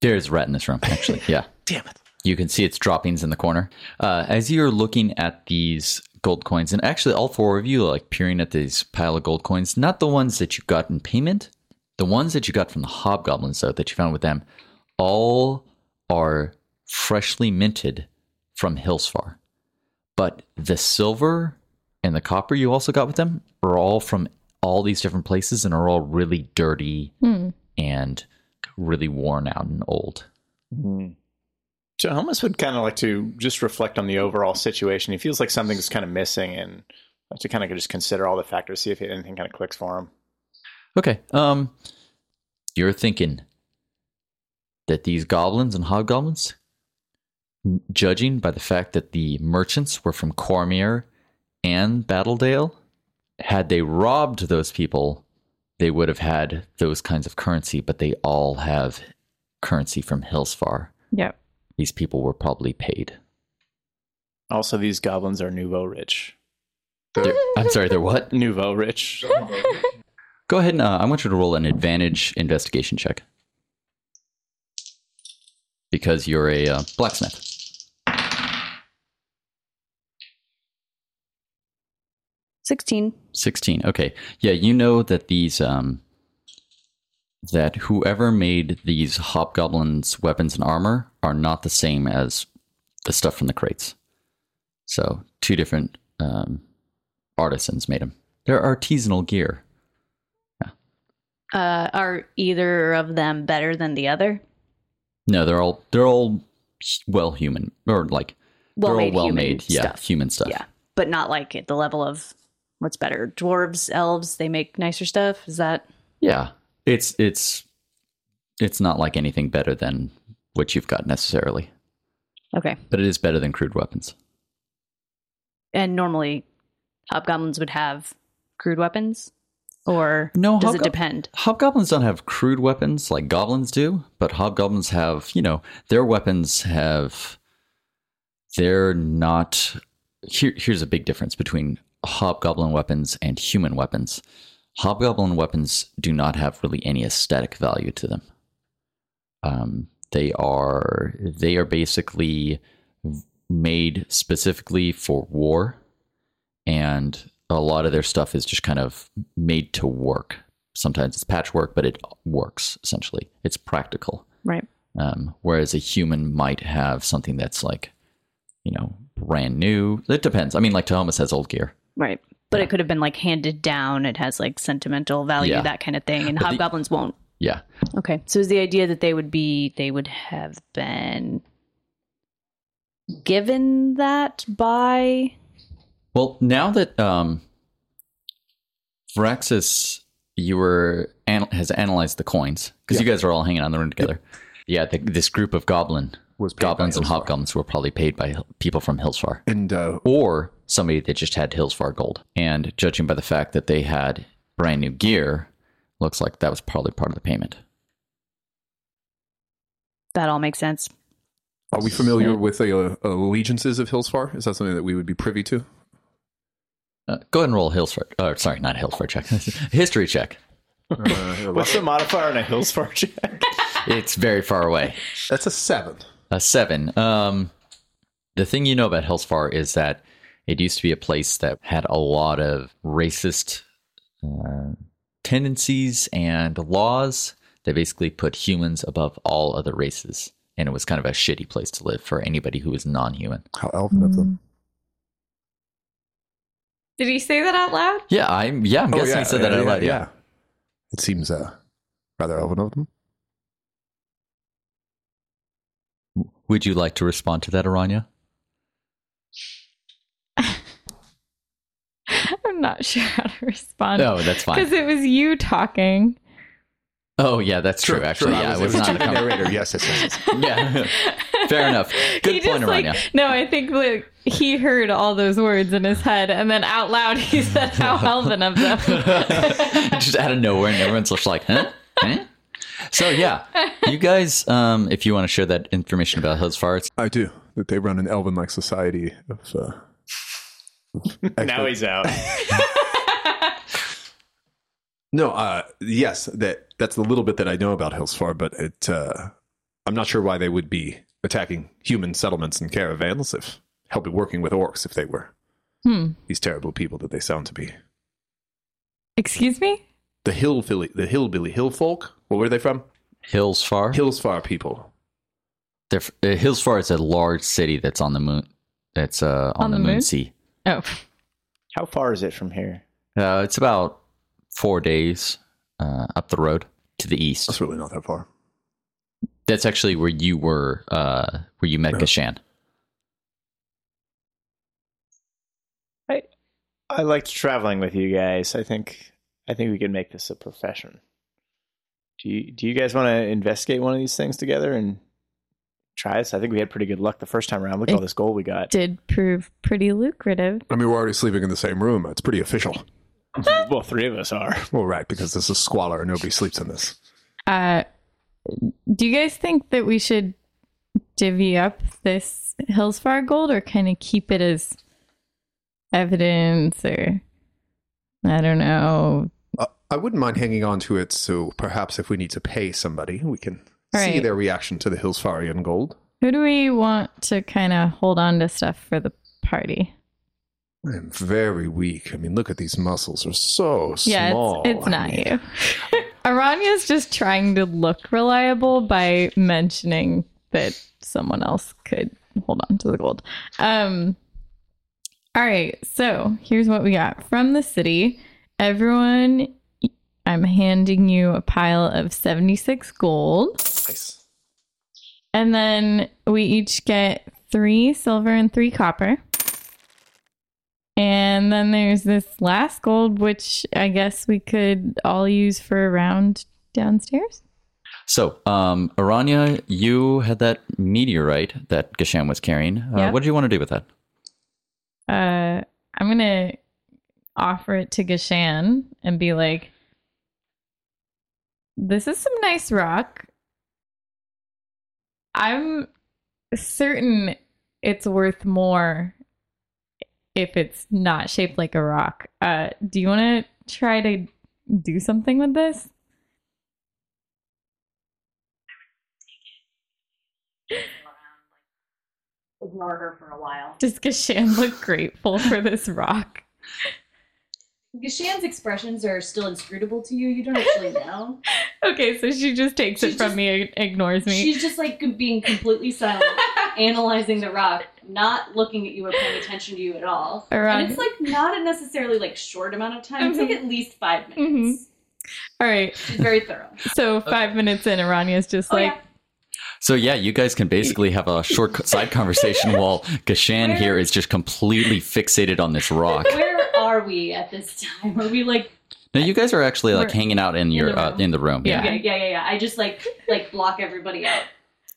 [SPEAKER 2] There's a rat in this room, actually. Yeah.
[SPEAKER 3] Damn it.
[SPEAKER 2] You can see its droppings in the corner. Uh, as you're looking at these gold coins, and actually all four of you are like peering at these pile of gold coins, not the ones that you got in payment, the ones that you got from the hobgoblins, though, that you found with them, all are freshly minted from Hillsfar. But the silver and the copper you also got with them are all from all these different places and are all really dirty and really worn out and old.
[SPEAKER 5] So Helmus would kind of like to just reflect on the overall situation. He feels like something's kind of missing and like to kind of just consider all the factors, see if anything kind of clicks for him.
[SPEAKER 2] Okay. Um you're thinking that these goblins and hobgoblins judging by the fact that the merchants were from Cormier and Battledale had they robbed those people they would have had those kinds of currency but they all have currency from Hillsfar.
[SPEAKER 4] Yep.
[SPEAKER 2] These people were probably paid.
[SPEAKER 5] Also, these goblins are nouveau rich.
[SPEAKER 2] They're- I'm sorry, they're what?
[SPEAKER 5] Nouveau rich.
[SPEAKER 2] Go ahead and uh, I want you to roll an advantage investigation check because you're a uh, blacksmith.
[SPEAKER 7] Sixteen.
[SPEAKER 2] Sixteen. Okay. Yeah, you know that these um, that whoever made these hobgoblins' weapons and armor are not the same as the stuff from the crates. So two different um, artisans made them. They're artisanal gear.
[SPEAKER 7] Uh, are either of them better than the other?
[SPEAKER 2] No, they're all they're all well human or like they're all
[SPEAKER 7] Well-made
[SPEAKER 2] well
[SPEAKER 7] human
[SPEAKER 2] made. Yeah,
[SPEAKER 7] stuff.
[SPEAKER 2] human stuff.
[SPEAKER 7] Yeah, but not like at the level of what's better, dwarves, elves. They make nicer stuff. Is that
[SPEAKER 2] Yeah. It's it's it's not like anything better than what you've got necessarily,
[SPEAKER 7] okay?
[SPEAKER 2] but it is better than crude weapons.
[SPEAKER 7] And normally, hobgoblins would have crude weapons, or
[SPEAKER 2] No,
[SPEAKER 7] does it
[SPEAKER 2] hobgob-
[SPEAKER 7] depend?
[SPEAKER 2] Hobgoblins don't have crude weapons like goblins do, but hobgoblins have, you know, their weapons have they're not here here's a big difference between hobgoblin weapons and human weapons. Hobgoblin weapons do not have really any aesthetic value to them. Um, they are they are basically made specifically for war and a lot of their stuff is just kind of made to work. Sometimes it's patchwork, but it works essentially. It's practical.
[SPEAKER 7] Right.
[SPEAKER 2] Um, whereas a human might have something that's like, you know, brand new. It depends. I mean, like Thomas has old gear.
[SPEAKER 7] Right. but it could have been like handed down. It has like sentimental value,
[SPEAKER 2] Yeah.
[SPEAKER 7] that kind of thing. And
[SPEAKER 2] But the-
[SPEAKER 7] hobgoblins won't.
[SPEAKER 2] Yeah.
[SPEAKER 7] Okay. So is the idea that they would be they would have been given that by
[SPEAKER 2] Well, now that um, Varaxis, you were an- has analyzed the coins because you guys are all hanging on the room together. Yeah, the, this group of goblin
[SPEAKER 3] Was paid by
[SPEAKER 2] goblins and
[SPEAKER 3] Hillsvar.
[SPEAKER 2] hobgoblins were probably paid by Hil- people from Hillsfar
[SPEAKER 3] And uh,
[SPEAKER 2] or somebody that just had Hillsfar gold. And judging by the fact that they had brand new gear, looks like that was probably part of the payment.
[SPEAKER 7] that all makes sense.
[SPEAKER 3] are we familiar with the uh, allegiances of Hillsfar? Is that something that we would be privy to?
[SPEAKER 2] Uh, go ahead and roll a Hillsfar. Oh, sorry, not a Hillsfar check. History check.
[SPEAKER 3] Uh,
[SPEAKER 5] What's the modifier on a Hillsfar check?
[SPEAKER 2] It's very far away.
[SPEAKER 3] That's a seven.
[SPEAKER 2] A Uh, seven. Um, the thing you know about Hellsfar is that it used to be a place that had a lot of racist uh, tendencies and laws. They basically put humans above all other races, and it was kind of a shitty place to live for anybody who was non-human.
[SPEAKER 3] How elven of them.
[SPEAKER 4] Did he say that out loud?
[SPEAKER 2] Yeah, I'm. Yeah, I'm
[SPEAKER 3] Oh,
[SPEAKER 2] guessing
[SPEAKER 3] yeah,
[SPEAKER 2] he said
[SPEAKER 3] yeah,
[SPEAKER 2] that out
[SPEAKER 3] yeah,
[SPEAKER 2] loud. Yeah.
[SPEAKER 3] yeah. It seems uh, rather elven of them.
[SPEAKER 2] Would you like to respond to that, Aranya?
[SPEAKER 4] I'm not sure how to respond.
[SPEAKER 2] No, Oh, that's
[SPEAKER 4] Because
[SPEAKER 2] fine.
[SPEAKER 4] Um, it was you talking.
[SPEAKER 2] oh, yeah, that's true. actually, yeah, it was, not a comment.
[SPEAKER 3] narrator. Yes, yes, yes.
[SPEAKER 2] yeah, fair enough. Good
[SPEAKER 4] he
[SPEAKER 2] point,
[SPEAKER 4] just, like,
[SPEAKER 2] Aranya.
[SPEAKER 4] No, I think like he heard all those words in his head, and then out loud he said, "How elven of them."
[SPEAKER 2] just out of nowhere, and everyone's just like, huh? Huh?" So yeah, you guys, um, if you want to share that information about Hillsfar, it's
[SPEAKER 3] I do. That they run an elven-like society of. Uh,
[SPEAKER 5] now he's out.
[SPEAKER 3] no, uh, yes, that that's the little bit that I know about Hillsfar, but it, uh, I'm not sure why they would be attacking human settlements and caravans if helping working with orcs if they were
[SPEAKER 4] Hmm.
[SPEAKER 3] these terrible people that they sound to be.
[SPEAKER 4] Excuse me.
[SPEAKER 3] The hillbilly, the hillbilly hill folk. Well, where are they from?
[SPEAKER 2] Hillsfar.
[SPEAKER 3] Hillsfar people.
[SPEAKER 2] They're f- uh, Hillsfar is a large city that's on the moon. That's uh, on, the, moon, sea.
[SPEAKER 4] Oh,
[SPEAKER 5] How far is it from here?
[SPEAKER 2] Uh, it's about four days uh, up the road to the east.
[SPEAKER 3] That's really not that far.
[SPEAKER 2] That's actually where you were, uh, where you met Gashan.
[SPEAKER 5] I liked traveling with you guys. I think I think we can make this a profession. Do you do you guys want to investigate one of these things together and try this? I think we had pretty good luck the first time around. Look at all this gold we got.
[SPEAKER 4] did prove pretty lucrative.
[SPEAKER 3] I mean, we're already sleeping in the same room. It's pretty official.
[SPEAKER 5] well, three of us are.
[SPEAKER 3] Well, right, because this is squalor and nobody sleeps in this.
[SPEAKER 4] Uh, do you guys think that we should divvy up this Hillsfar gold, or kind of keep it as evidence, or I don't know?
[SPEAKER 3] Uh, I wouldn't mind hanging on to it, so perhaps if we need to pay somebody, we can see
[SPEAKER 4] Right.
[SPEAKER 3] their reaction to the Hillsfarian gold.
[SPEAKER 4] Who do we want to kind of hold on to stuff for the party?
[SPEAKER 3] I'm very weak. I mean, look at these muscles; are so
[SPEAKER 4] Yeah,
[SPEAKER 3] small.
[SPEAKER 4] it's, it's
[SPEAKER 3] I
[SPEAKER 4] not
[SPEAKER 3] mean,
[SPEAKER 4] you. Aranya's just trying to look reliable by mentioning that someone else could hold on to the gold. Um, all right, so here's what we got from the city. Everyone, I'm handing you a pile of 76 gold.
[SPEAKER 3] Nice.
[SPEAKER 4] And then we each get three silver and three copper. And then there's this last gold, which I guess we could all use for a round downstairs.
[SPEAKER 2] So, um, Aranya, you had that meteorite that Gashan was carrying. Uh,
[SPEAKER 4] Yeah.
[SPEAKER 2] What did you want to do with that?
[SPEAKER 4] Uh, I'm going to offer it to Gashan and be like, this is some nice rock. I'm certain it's worth more if it's not shaped like a rock. Uh, do you want to try to do something with this?
[SPEAKER 7] Ignore her for a while.
[SPEAKER 4] Does Gashan look grateful for this rock?
[SPEAKER 7] Gashan's expressions are still inscrutable to you. You don't actually know.
[SPEAKER 4] Okay, so she just takes
[SPEAKER 7] She
[SPEAKER 4] it from
[SPEAKER 7] just-
[SPEAKER 4] me and ignores me.
[SPEAKER 7] She's just like being completely silent, analyzing the rock, not looking at you or paying attention to you at all.
[SPEAKER 4] Around-
[SPEAKER 7] And it's like not a necessarily like short amount of time. It's
[SPEAKER 4] Mm-hmm.
[SPEAKER 7] like at least five minutes.
[SPEAKER 4] All right.
[SPEAKER 7] She's very thorough.
[SPEAKER 4] So five minutes in, Arania's just
[SPEAKER 7] Oh,
[SPEAKER 4] like,
[SPEAKER 7] yeah.
[SPEAKER 2] So yeah, you guys can basically have a short co- side conversation while Gashan here is just completely fixated on this rock.
[SPEAKER 7] Where are we at this time? Are we like
[SPEAKER 2] Now you guys are actually like
[SPEAKER 4] We're-
[SPEAKER 2] hanging out in your
[SPEAKER 7] the
[SPEAKER 2] uh,
[SPEAKER 7] room.
[SPEAKER 2] in the room.
[SPEAKER 4] Yeah.
[SPEAKER 7] okay, yeah, yeah, yeah. I just like like block everybody out.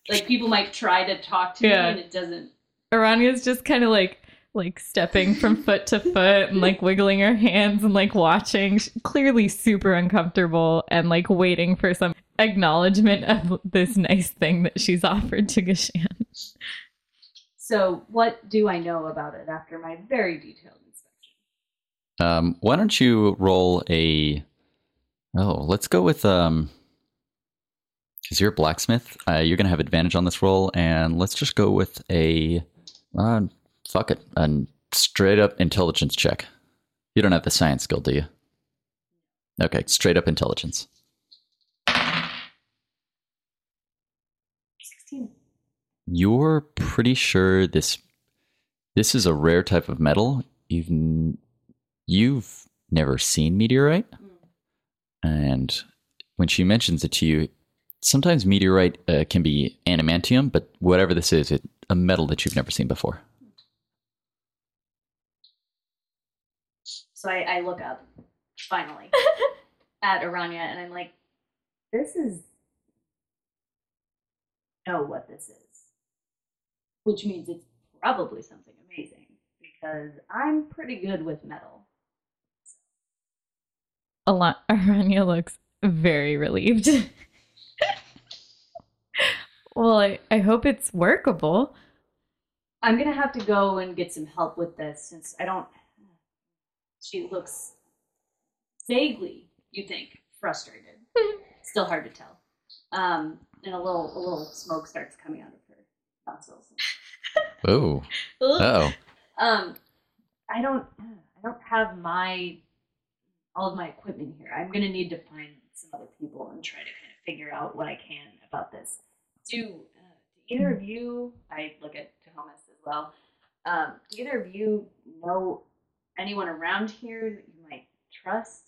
[SPEAKER 7] Like people might try to talk to
[SPEAKER 4] Yeah.
[SPEAKER 7] me and it doesn't.
[SPEAKER 4] Arania's just kind of like like stepping from foot to foot and like wiggling her hands and like watching She's clearly super uncomfortable and like waiting for some acknowledgement of this nice thing that she's offered to Gashan.
[SPEAKER 7] So what do I know about it after my very detailed inspection?
[SPEAKER 2] Um, why don't you roll a? Oh, let's go with um. Because you're a blacksmith, uh, you're gonna have advantage on this roll, and let's just go with a, uh, fuck it, a straight up intelligence check. You don't have the science skill, do you? Okay, straight up intelligence.
[SPEAKER 7] Sixteen.
[SPEAKER 2] You're pretty sure this this is a rare type of metal. You've n- you've never seen meteorite,
[SPEAKER 7] Mm.
[SPEAKER 2] and when she mentions it to you, sometimes meteorite uh, can be animantium, but whatever this is, it a metal that you've never seen before.
[SPEAKER 7] So I, I look up finally at Aranya and I'm like, this is know what this is. Which means it's probably something amazing because I'm pretty good with metal.
[SPEAKER 4] A lot Arania looks very relieved. well, I, I hope it's workable.
[SPEAKER 7] I'm gonna have to go and get some help with this since I don't she looks vaguely, you think, frustrated. Still hard to tell. Um, and a little a little smoke starts coming out of her nostrils.
[SPEAKER 2] Oh, oh,
[SPEAKER 7] Um, I don't, I don't have my all of my equipment here. I'm gonna need to find some other people and try to kind of figure out what I can about this. Do, uh, do either of you? I look at Thomas as well. Um, do either of you know anyone around here that you might trust?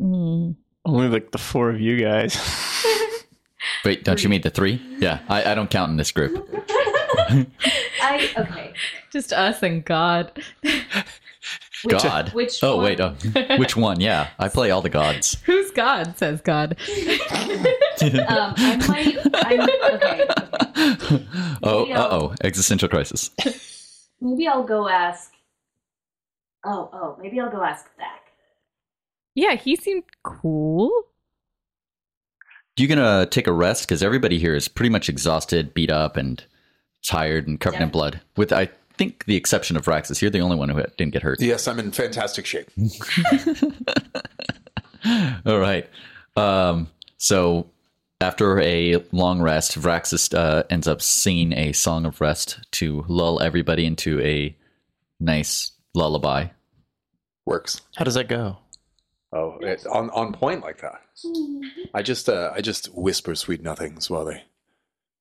[SPEAKER 4] Mm.
[SPEAKER 5] Only like the four of you guys.
[SPEAKER 2] wait, don't you mean the three? Yeah, I, I don't count in this group.
[SPEAKER 7] I okay.
[SPEAKER 4] Just us and God.
[SPEAKER 7] Which,
[SPEAKER 2] God.
[SPEAKER 7] Which?
[SPEAKER 2] Oh
[SPEAKER 7] one-
[SPEAKER 2] wait, uh, which one? Yeah, I play all the gods.
[SPEAKER 4] Who's God? says God.
[SPEAKER 7] Um, I might. I'm, okay.
[SPEAKER 2] oh,
[SPEAKER 7] Maybe
[SPEAKER 2] uh
[SPEAKER 7] I'll-
[SPEAKER 2] oh, existential crisis.
[SPEAKER 7] Maybe I'll go ask. Oh, oh. Maybe I'll go ask Zach.
[SPEAKER 4] Yeah, he seemed cool.
[SPEAKER 2] You gonna take a rest because everybody here is pretty much exhausted, beat up, and tired and covered in blood. With I think the exception of Raxus, you're the only one who didn't get hurt.
[SPEAKER 3] Yes, I'm in fantastic shape.
[SPEAKER 2] All right. Um, so after a long rest, Vraxus uh, ends up singing a song of rest to lull everybody into a nice lullaby.
[SPEAKER 3] Works.
[SPEAKER 5] How does that go?
[SPEAKER 3] Oh, it, on on point like that. I just uh, I just whisper sweet nothings while they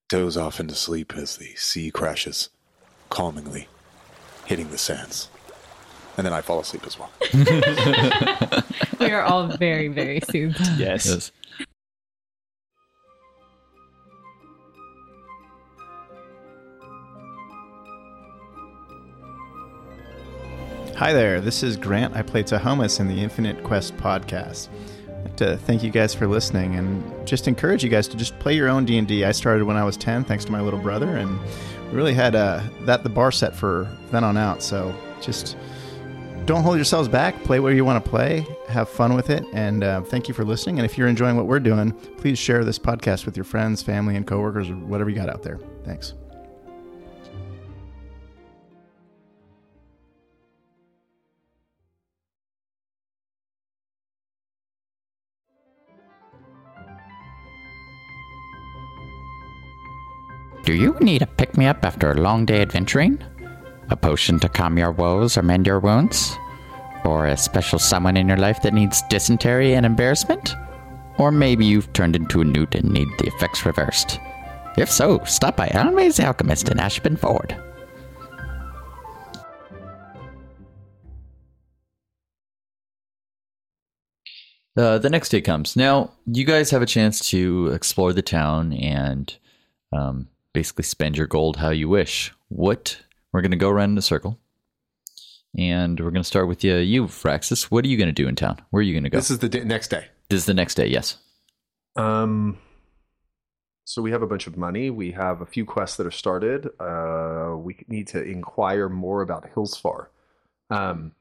[SPEAKER 3] doze off into sleep as the sea crashes calmingly, hitting the sands, and then I fall asleep as well.
[SPEAKER 4] We are all very, very soothed.
[SPEAKER 5] Yes.
[SPEAKER 6] Hi there, this is Grant. I play Tahomas in the Infinite Quest podcast. I'd like to thank you guys for listening and just encourage you guys to just play your own D&D. I started when I was 10 thanks to my little brother and we really had uh, that the bar set for then on out. So just don't hold yourselves back. Play where you want to play. Have fun with it. And uh, thank you for listening. And if you're enjoying what we're doing, please share this podcast with your friends, family, and coworkers or whatever you got out there. Thanks.
[SPEAKER 8] Do you need a pick me up after a long day adventuring? A potion to calm your woes or mend your wounds? Or a special someone in your life that needs dysentery and embarrassment? Or maybe you've turned into a newt and need the effects reversed. If so, stop by Alan May's Alchemist in Ashburn Ford.
[SPEAKER 2] Uh, the next day comes. Now, you guys have a chance to explore the town and um, basically spend your gold how you wish. What? We're going to go around in a circle. And we're going to start with you, you, Fraxis. What are you going to do in town? Where are you going to go?
[SPEAKER 3] This is the di- next day.
[SPEAKER 2] This is the next day, yes.
[SPEAKER 3] Um, so we have a bunch of money. We have a few quests that are started. Uh, we need to inquire more about Hillsfar. Um,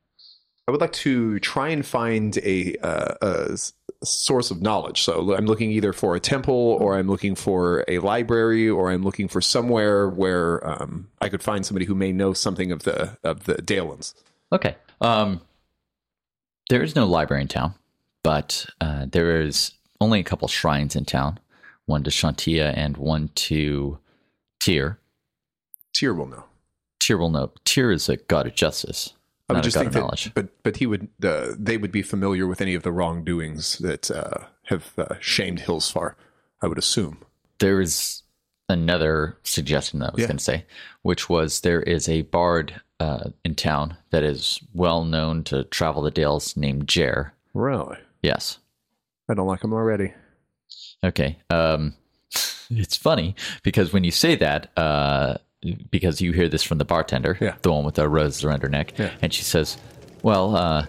[SPEAKER 3] I would like to try and find a, uh, a s- source of knowledge. So I'm looking either for a temple, or I'm looking for a library, or I'm looking for somewhere where um, I could find somebody who may know something of the of the Dalens.
[SPEAKER 2] Okay. Um, there is no library in town, but uh, there is only a couple shrines in town one to Shantia and one to Tyr.
[SPEAKER 3] Tyr will know.
[SPEAKER 2] Tyr will know. Tyr is a god of justice.
[SPEAKER 3] I
[SPEAKER 2] not
[SPEAKER 3] would
[SPEAKER 2] a
[SPEAKER 3] just
[SPEAKER 2] god
[SPEAKER 3] think
[SPEAKER 2] of
[SPEAKER 3] that,
[SPEAKER 2] knowledge.
[SPEAKER 3] but but he would uh, they would be familiar with any of the wrongdoings that uh, have uh, shamed Hillsfar. I would assume.
[SPEAKER 2] there is another suggestion that I was
[SPEAKER 3] Yeah.
[SPEAKER 2] going to say, which was there is a bard uh, in town that is well known to travel the dales named Jer.
[SPEAKER 3] Really,
[SPEAKER 2] Yes.
[SPEAKER 3] I don't like him already.
[SPEAKER 2] Okay. Um, it's funny because when you say that, uh, because you hear this from the bartender,
[SPEAKER 3] Yeah.
[SPEAKER 2] the one with the roses around her neck,
[SPEAKER 3] Yeah.
[SPEAKER 2] and she says, "Well, uh,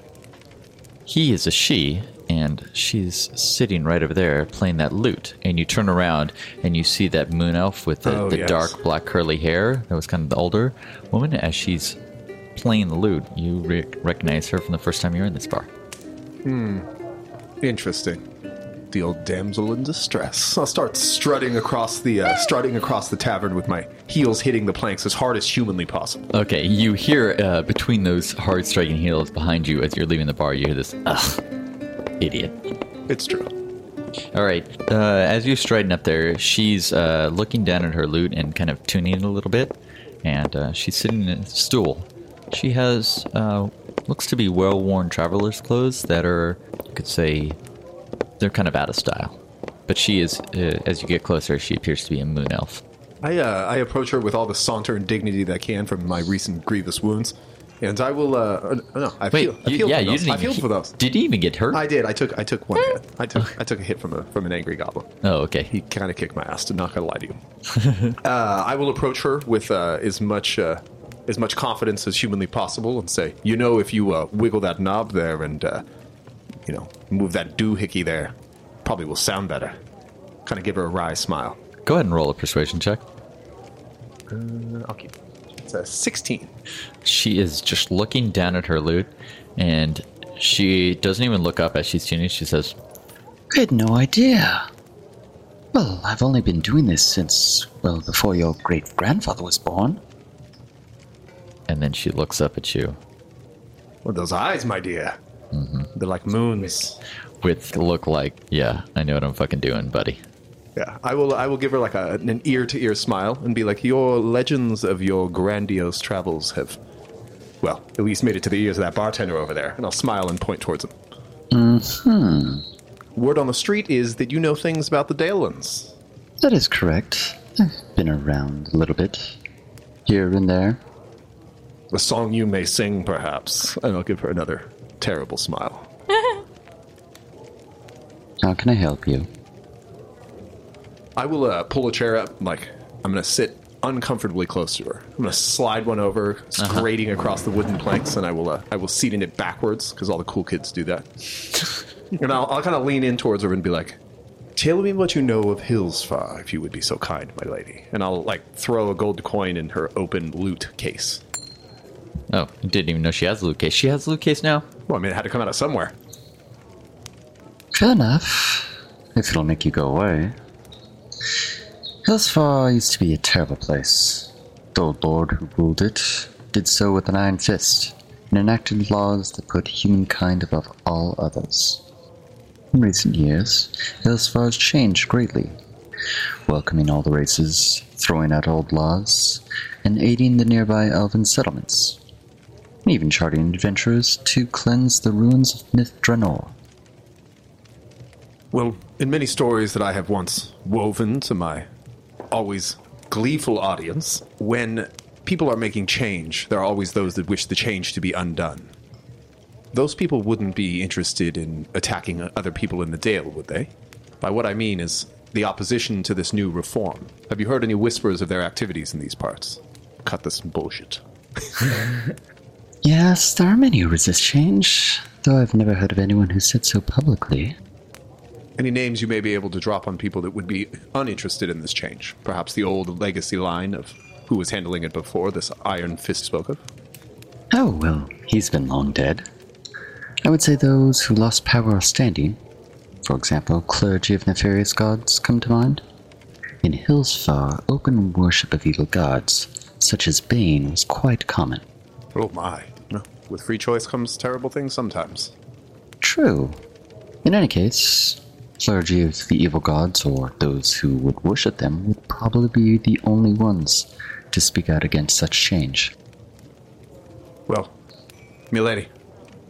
[SPEAKER 2] he is a she, and she's sitting right over there playing that lute." And you turn around and you see that moon elf with the,
[SPEAKER 3] Oh,
[SPEAKER 2] the
[SPEAKER 3] yes.
[SPEAKER 2] dark black curly hair that was kind of the older woman as she's playing the lute. You re- recognize her from the first time you were in this bar.
[SPEAKER 3] Interesting. The old damsel in distress. I'll start strutting across the uh, strutting across the tavern with my heels hitting the planks as hard as humanly possible.
[SPEAKER 2] Okay, you hear uh, between those hard striking heels behind you as you're leaving the bar, you hear this, ugh, idiot.
[SPEAKER 3] It's true.
[SPEAKER 2] All right, uh, as you're striding up there, she's uh, looking down at her loot and kind of tuning it a little bit, and uh, she's sitting in a stool. She has, uh, looks to be well worn traveler's clothes that are, you could say, they're kind of out of style. But she is, uh, as you get closer, she appears to be a moon elf.
[SPEAKER 3] I uh, I approach her with all the saunter and dignity that I can from my recent grievous wounds, and I will. Uh, uh, no, I
[SPEAKER 2] Wait,
[SPEAKER 3] feel. I
[SPEAKER 2] you-
[SPEAKER 3] feel
[SPEAKER 2] yeah,
[SPEAKER 3] for
[SPEAKER 2] you
[SPEAKER 3] those.
[SPEAKER 2] didn't even,
[SPEAKER 3] I
[SPEAKER 2] Eh.
[SPEAKER 3] feel for those.
[SPEAKER 2] Did you even get hurt?
[SPEAKER 3] I did. I took. I took one hit. I took. I took a hit from a from an angry goblin.
[SPEAKER 2] oh, okay.
[SPEAKER 3] He kind of kicked my ass. To not gonna lie to you. uh, I will approach her with uh, as much uh, as much confidence as humanly possible and say, you know, if you uh, wiggle that knob there and uh, you know move that doohickey there, probably will sound better. Kind of give her a wry smile.
[SPEAKER 2] Go ahead and roll a persuasion check.
[SPEAKER 3] I'll keep. It's a sixteen.
[SPEAKER 2] she is just looking down at her loot and she doesn't even look up as she's tuning. She says,
[SPEAKER 9] I had no idea. Well, I've only been doing this since, well, before your great grandfather was born.
[SPEAKER 2] and then she looks up at you
[SPEAKER 3] Well, those eyes, my dear. They're like moons.
[SPEAKER 2] with a look like, yeah, I know what I'm fucking doing, buddy.
[SPEAKER 3] Yeah, I will. I will give her like a, an ear to ear smile and be like, "Your legends of your grandiose travels have, well, at least made it to the ears of that bartender over there." And I'll smile and point towards him. Hmm. Word on the street is that you know things about the Dalens.
[SPEAKER 9] That is correct. I've been around a little bit. Here and there.
[SPEAKER 3] A song you may sing, perhaps. And I'll give her another terrible smile.
[SPEAKER 9] How can I help you?
[SPEAKER 3] I will uh, pull a chair up. Like I'm gonna sit uncomfortably close to her. I'm gonna slide one over, grating across the wooden planks, and I will uh, I will seat in it backwards because all the cool kids do that. and I'll, I'll kind of lean in towards her and be like, "Tell me what you know of Hillsfar, if you would be so kind, my lady." And I'll like throw a gold coin in her open loot case.
[SPEAKER 2] Oh, I didn't even know she has a loot case. She has a loot case now?
[SPEAKER 3] Well, I mean, it had to come out of somewhere.
[SPEAKER 9] Fair enough. If it'll make you go away. Hillsfar used to be a terrible place. The old lord who ruled it did so with an iron fist and enacted laws that put humankind above all others. In recent years, Hillsfar has changed greatly, welcoming all the races, throwing out old laws, and aiding the nearby elven settlements, and even charting adventurers to cleanse the ruins of Mithranor.
[SPEAKER 3] Well, in many stories that I have once woven to my always gleeful audience, when people are making change, there are always those that wish the change to be undone. Those people wouldn't be interested in attacking other people in the Dale, would they? By what I mean is the opposition to this new reform. Have you heard any whispers of their activities in these parts? Cut this bullshit.
[SPEAKER 9] Yes, there are many who resist change, though I've never heard of anyone who said so publicly.
[SPEAKER 3] Any names you may be able to drop on people that would be uninterested in this change? Perhaps the old legacy line of who was handling it before this iron fist spoke of?
[SPEAKER 9] Oh, well, he's been long dead. I would say those who lost power or standing, for example, clergy of nefarious gods, come to mind. In Hillsfar, open worship of evil gods, such as Bane, was quite common.
[SPEAKER 3] Oh my. No. With free choice comes terrible things sometimes.
[SPEAKER 9] True. In any case, clergy of the evil gods or those who would worship them would probably be the only ones to speak out against such change.
[SPEAKER 3] Well, milady,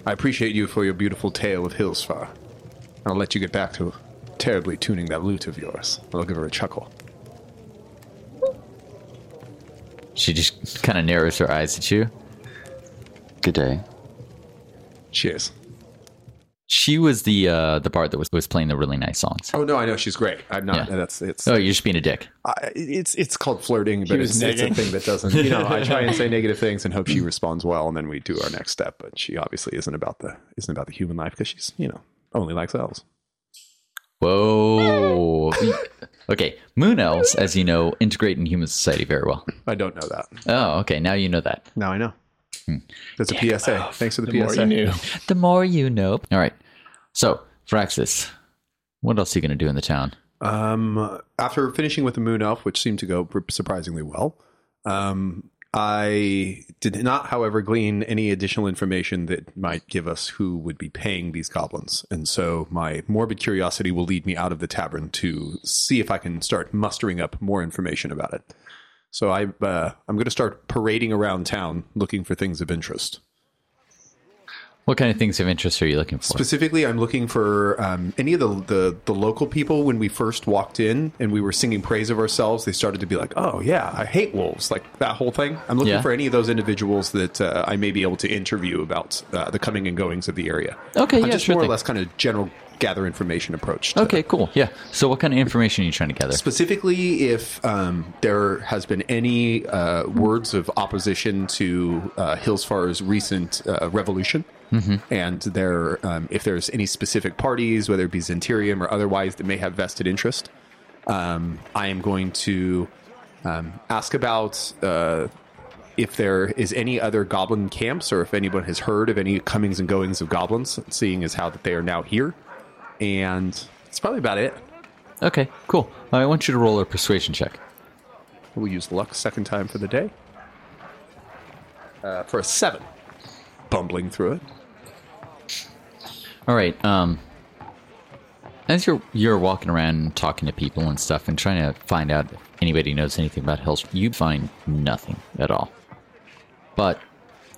[SPEAKER 3] I appreciate you for your beautiful tale of Hillsfar. I'll let you get back to terribly tuning that lute of yours. I'll give her a chuckle.
[SPEAKER 2] She just kind of narrows her eyes at you.
[SPEAKER 9] Good day.
[SPEAKER 3] Cheers.
[SPEAKER 2] She was the uh, the part that was, was playing the really nice songs.
[SPEAKER 3] Oh no, I know she's great. I'm not.
[SPEAKER 2] Yeah.
[SPEAKER 3] That's it's.
[SPEAKER 2] Oh, you're just being a dick.
[SPEAKER 3] I, it's it's called flirting, but
[SPEAKER 5] was
[SPEAKER 3] it's, it's a
[SPEAKER 5] negging.
[SPEAKER 3] thing that doesn't. You know, I try and say negative things and hope she responds well, and then we do our next step. But she obviously isn't about the isn't about the human life because she's you know only likes elves.
[SPEAKER 2] Whoa. okay. Moon elves, as you know, integrate in human society very well.
[SPEAKER 3] I don't know that.
[SPEAKER 2] Oh, okay. Now you know that.
[SPEAKER 3] Now I know. That's a PSA. Thanks for the,
[SPEAKER 5] uh, The more
[SPEAKER 3] PSA.
[SPEAKER 5] you knew.
[SPEAKER 2] The more you know. All right. So, Fraxis, what else are you going to do in the town?
[SPEAKER 3] Um, after finishing with the Moon Elf, which seemed to go pr- surprisingly well, um, I did not, however, glean any additional information that might give us who would be paying these goblins. And so my morbid curiosity will lead me out of the tavern to see if I can start mustering up more information about it. So I, uh, I'm going to start parading around town looking for things of interest.
[SPEAKER 2] What kind of things of interest are you looking for?
[SPEAKER 3] Specifically, I'm looking for um, any of the, the the local people. When we first walked in and we were singing praise of ourselves, they started to be like, "Oh yeah, I hate wolves," like that whole thing. I'm looking
[SPEAKER 2] Yeah.
[SPEAKER 3] for any of those individuals that uh, I may be able to interview about uh, the coming and goings of the area.
[SPEAKER 2] Okay,
[SPEAKER 3] I'm
[SPEAKER 2] yeah,
[SPEAKER 3] just
[SPEAKER 2] sure
[SPEAKER 3] more
[SPEAKER 2] thing.
[SPEAKER 3] or less kind of general gather information approach. to
[SPEAKER 2] Okay, cool. Yeah. So, what kind of information are you trying to gather?
[SPEAKER 3] Specifically, if um, there has been any uh, words of opposition to uh, Hillsfar's recent uh, revolution, and there, um, if there's any specific parties, whether it be Zentirium or otherwise, that may have vested interest, um, I am going to um, ask about uh, if there is any other goblin camps or if anyone has heard of any comings and goings of goblins, seeing as how that they are now here, and that's probably about it.
[SPEAKER 2] Okay, cool. I want you to roll a persuasion check.
[SPEAKER 3] We'll use luck second time for the day. Uh, for a seven. Bumbling through it.
[SPEAKER 2] All right. Um, as you're you're walking around and talking to people and stuff and trying to find out if anybody knows anything about Hells, you find nothing at all. But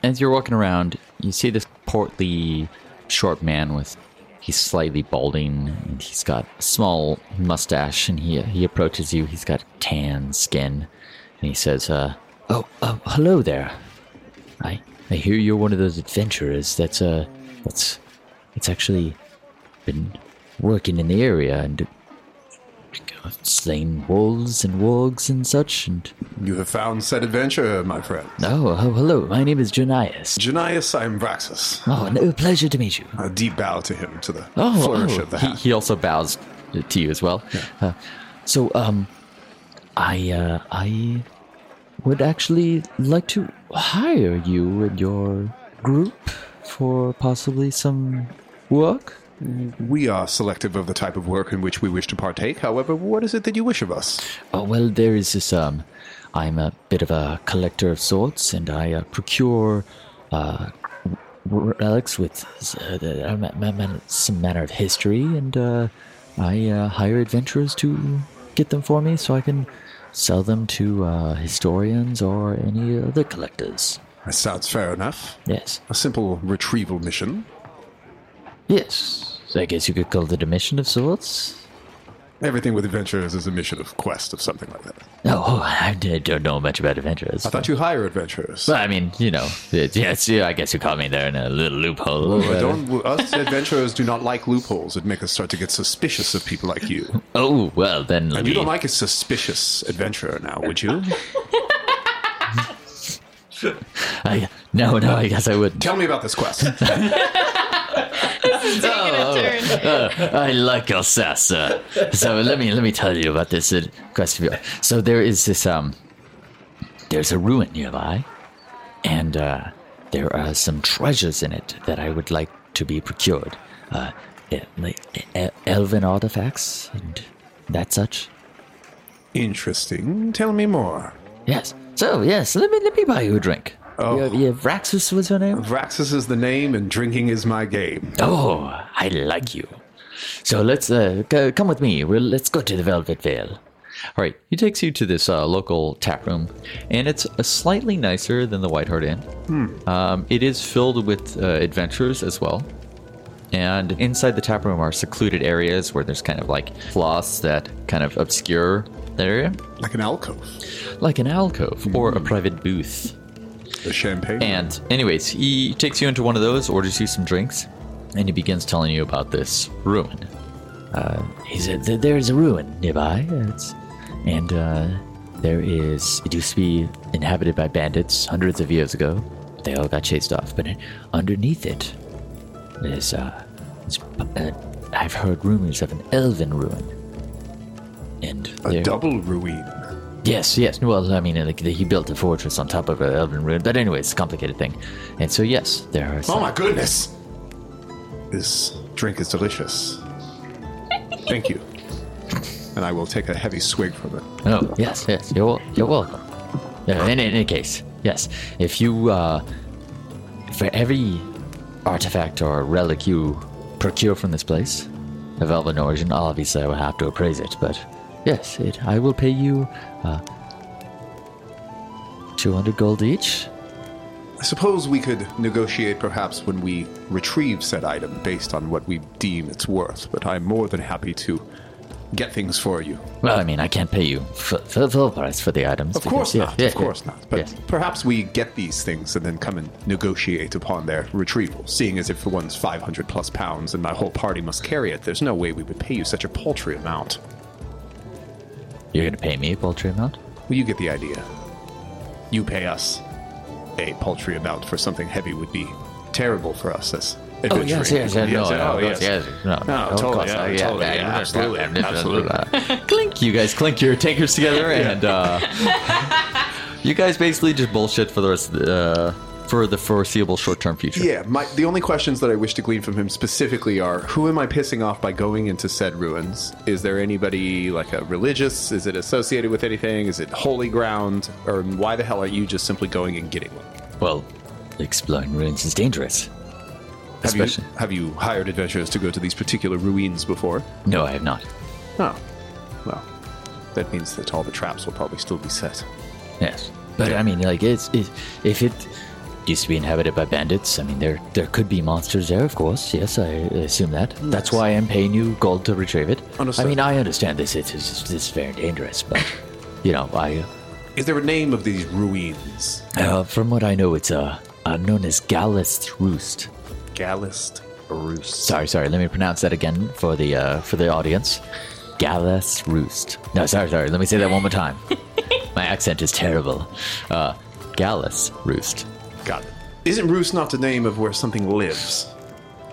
[SPEAKER 2] as you're walking around, you see this portly, short man with he's slightly balding and he's got a small mustache and he he approaches you. He's got tan skin and he says, uh, "Oh, oh, hello there. I I hear you're one of those adventurers. That's uh, that's." It's actually been working in the area and slain wolves and wargs and such. And
[SPEAKER 3] You have found said adventure, my friend.
[SPEAKER 2] oh, oh hello, my name is Janias.
[SPEAKER 3] Janias, I am Vraxus.
[SPEAKER 2] Oh, no, pleasure to meet you.
[SPEAKER 3] A deep bow to him, to the
[SPEAKER 2] Oh,
[SPEAKER 3] flourish
[SPEAKER 2] oh.
[SPEAKER 3] of Oh, the
[SPEAKER 2] He-
[SPEAKER 3] hat.
[SPEAKER 2] He, also bows to you as well. Uh, so, um, I, uh, I would actually like to hire you and your group for possibly some work.
[SPEAKER 3] we are selective of the type of work in which we wish to partake. However, what is it that you wish of us?
[SPEAKER 2] Oh, well, there is this. Um, I'm a bit of a collector of sorts, and I uh, procure uh, r- relics with uh, the- uh, ma- ma- ma- some manner of history, and uh, I uh, hire adventurers to get them for me so I can sell them to uh, historians or any other collectors.
[SPEAKER 3] That sounds fair enough.
[SPEAKER 2] Yes.
[SPEAKER 3] A simple retrieval mission.
[SPEAKER 2] Yes. So I guess you could call it a mission of sorts.
[SPEAKER 3] Everything with adventurers is a mission of quest of something like that.
[SPEAKER 9] Oh, I don't know much about adventurers.
[SPEAKER 3] I thought you hire adventurers.
[SPEAKER 9] Well, I mean, you know, it, yes, yeah, I guess you caught me there in a little loophole.
[SPEAKER 3] But don't, us adventurers do not like loopholes. It makes us start to get suspicious of people like you.
[SPEAKER 9] oh, well, then let
[SPEAKER 3] And
[SPEAKER 9] me.
[SPEAKER 3] you don't like a suspicious adventurer now, would you?
[SPEAKER 9] I, no, no, I guess I wouldn't.
[SPEAKER 3] Tell me about this quest.
[SPEAKER 9] I like your sass, sir. So let me let me tell you about this uh, quest of yours. So there is this um, there's a ruin nearby, and uh, there are some treasures in it that I would like to be procured, uh, e- like e- elven artifacts and that such.
[SPEAKER 3] Interesting. Tell me more.
[SPEAKER 9] Yes. So yes, let me let me buy you a drink.
[SPEAKER 3] Oh.
[SPEAKER 9] You, you Raxus was your name.
[SPEAKER 3] Vraxus is the name, and drinking is my game.
[SPEAKER 9] Oh, I like you. So let's uh, c- come with me. We'll, let's go to the Velvet Veil. All right, he takes you to this uh, local tap room, and it's uh, slightly nicer than the White Hart Inn. Um, it is filled with uh, adventurers as well. And inside the tap room are secluded areas where there's kind of like cloths that kind of obscure the area,
[SPEAKER 3] Like an alcove.
[SPEAKER 9] like an alcove or a private booth.
[SPEAKER 3] The champagne.
[SPEAKER 9] And, anyways, he takes you into one of those, orders you some drinks, and he begins telling you about this ruin. Uh, he said that there's a ruin nearby, it's, and uh, there is. It used to be inhabited by bandits hundreds of years ago. They all got chased off, but underneath it is. Uh, it's, uh, I've heard rumors of an elven ruin. And
[SPEAKER 3] a
[SPEAKER 9] there-
[SPEAKER 3] double ruin.
[SPEAKER 9] Yes, yes. Well, I mean, like, he built a fortress on top of an elven ruin. But anyway, it's a complicated thing. And so, yes, there are.
[SPEAKER 3] Oh
[SPEAKER 9] Some,
[SPEAKER 3] my goodness! This drink is delicious. Thank you. And I will take a heavy swig from it.
[SPEAKER 9] oh, yes, yes. You're wel- you're welcome. Uh, in, in any case, yes. If you uh, for every artifact or relic you procure from this place of elven origin, obviously I will have to appraise it. But yes, it, I will pay you uh, two hundred gold each.
[SPEAKER 3] I suppose we could negotiate perhaps when we retrieve said item based on what we deem its worth, but I'm more than happy to get things for you.
[SPEAKER 9] Well, I mean, I can't pay you full, full, full price for the items.
[SPEAKER 3] Of course
[SPEAKER 9] because-
[SPEAKER 3] not.
[SPEAKER 9] yeah,
[SPEAKER 3] of
[SPEAKER 9] yeah,
[SPEAKER 3] course not. But
[SPEAKER 9] yes.
[SPEAKER 3] perhaps we get these things and then come and negotiate upon their retrieval. Seeing as if the one's 500 plus pounds and my whole party must carry it, there's no way we would pay you such a paltry amount.
[SPEAKER 9] You're gonna pay me a paltry amount?
[SPEAKER 3] Well, you get the idea. You pay us a paltry amount for something heavy would be terrible for us as
[SPEAKER 9] Oh
[SPEAKER 3] adventuring.
[SPEAKER 9] yes, yes, yes, no,
[SPEAKER 3] Yes,
[SPEAKER 9] no,
[SPEAKER 3] oh,
[SPEAKER 9] yes, yes, no,
[SPEAKER 3] No,
[SPEAKER 9] of
[SPEAKER 3] totally,
[SPEAKER 9] course,
[SPEAKER 3] yeah,
[SPEAKER 9] oh, yeah,
[SPEAKER 3] totally,
[SPEAKER 9] yeah,
[SPEAKER 3] yeah,
[SPEAKER 9] yeah,
[SPEAKER 3] absolutely,
[SPEAKER 9] yeah, yeah,
[SPEAKER 3] absolutely.
[SPEAKER 9] yeah. clink, you guys, clink your takers together, and uh, you guys basically just bullshit for the rest of the uh, for the foreseeable short-term future.
[SPEAKER 3] Yeah, my, the only questions that I wish to glean from him specifically are: Who am I pissing off by going into said ruins? Is there anybody like a religious? Is it associated with anything? Is it holy ground? Or why the hell are you just simply going and getting one?
[SPEAKER 9] Well, exploring ruins is dangerous.
[SPEAKER 3] Have you,
[SPEAKER 9] Especially,
[SPEAKER 3] have you hired adventurers to go to these particular ruins before?
[SPEAKER 9] no, I have not.
[SPEAKER 3] No. Well, that means that all the traps will probably still be set.
[SPEAKER 9] Yes, but I mean, like, it's, it, if it used to be inhabited by bandits, I mean, there there could be monsters there, of course. Yes, I assume that. That's why I'm paying you gold to retrieve it.
[SPEAKER 3] Understood.
[SPEAKER 9] I mean, I understand this. It's it's, it's, it's very dangerous, but you know, I
[SPEAKER 3] Is there a name of these ruins?
[SPEAKER 9] uh, from what I know, it's uh, uh known as Gallus Roost.
[SPEAKER 3] Gallist Roost.
[SPEAKER 9] Sorry, sorry. Let me pronounce that again for the uh, for the audience. Gallus Roost. No, sorry, sorry. Let me say that one more time. My accent is terrible. Uh, Gallus Roost.
[SPEAKER 3] Got it. Isn't Roost not the name of where something lives?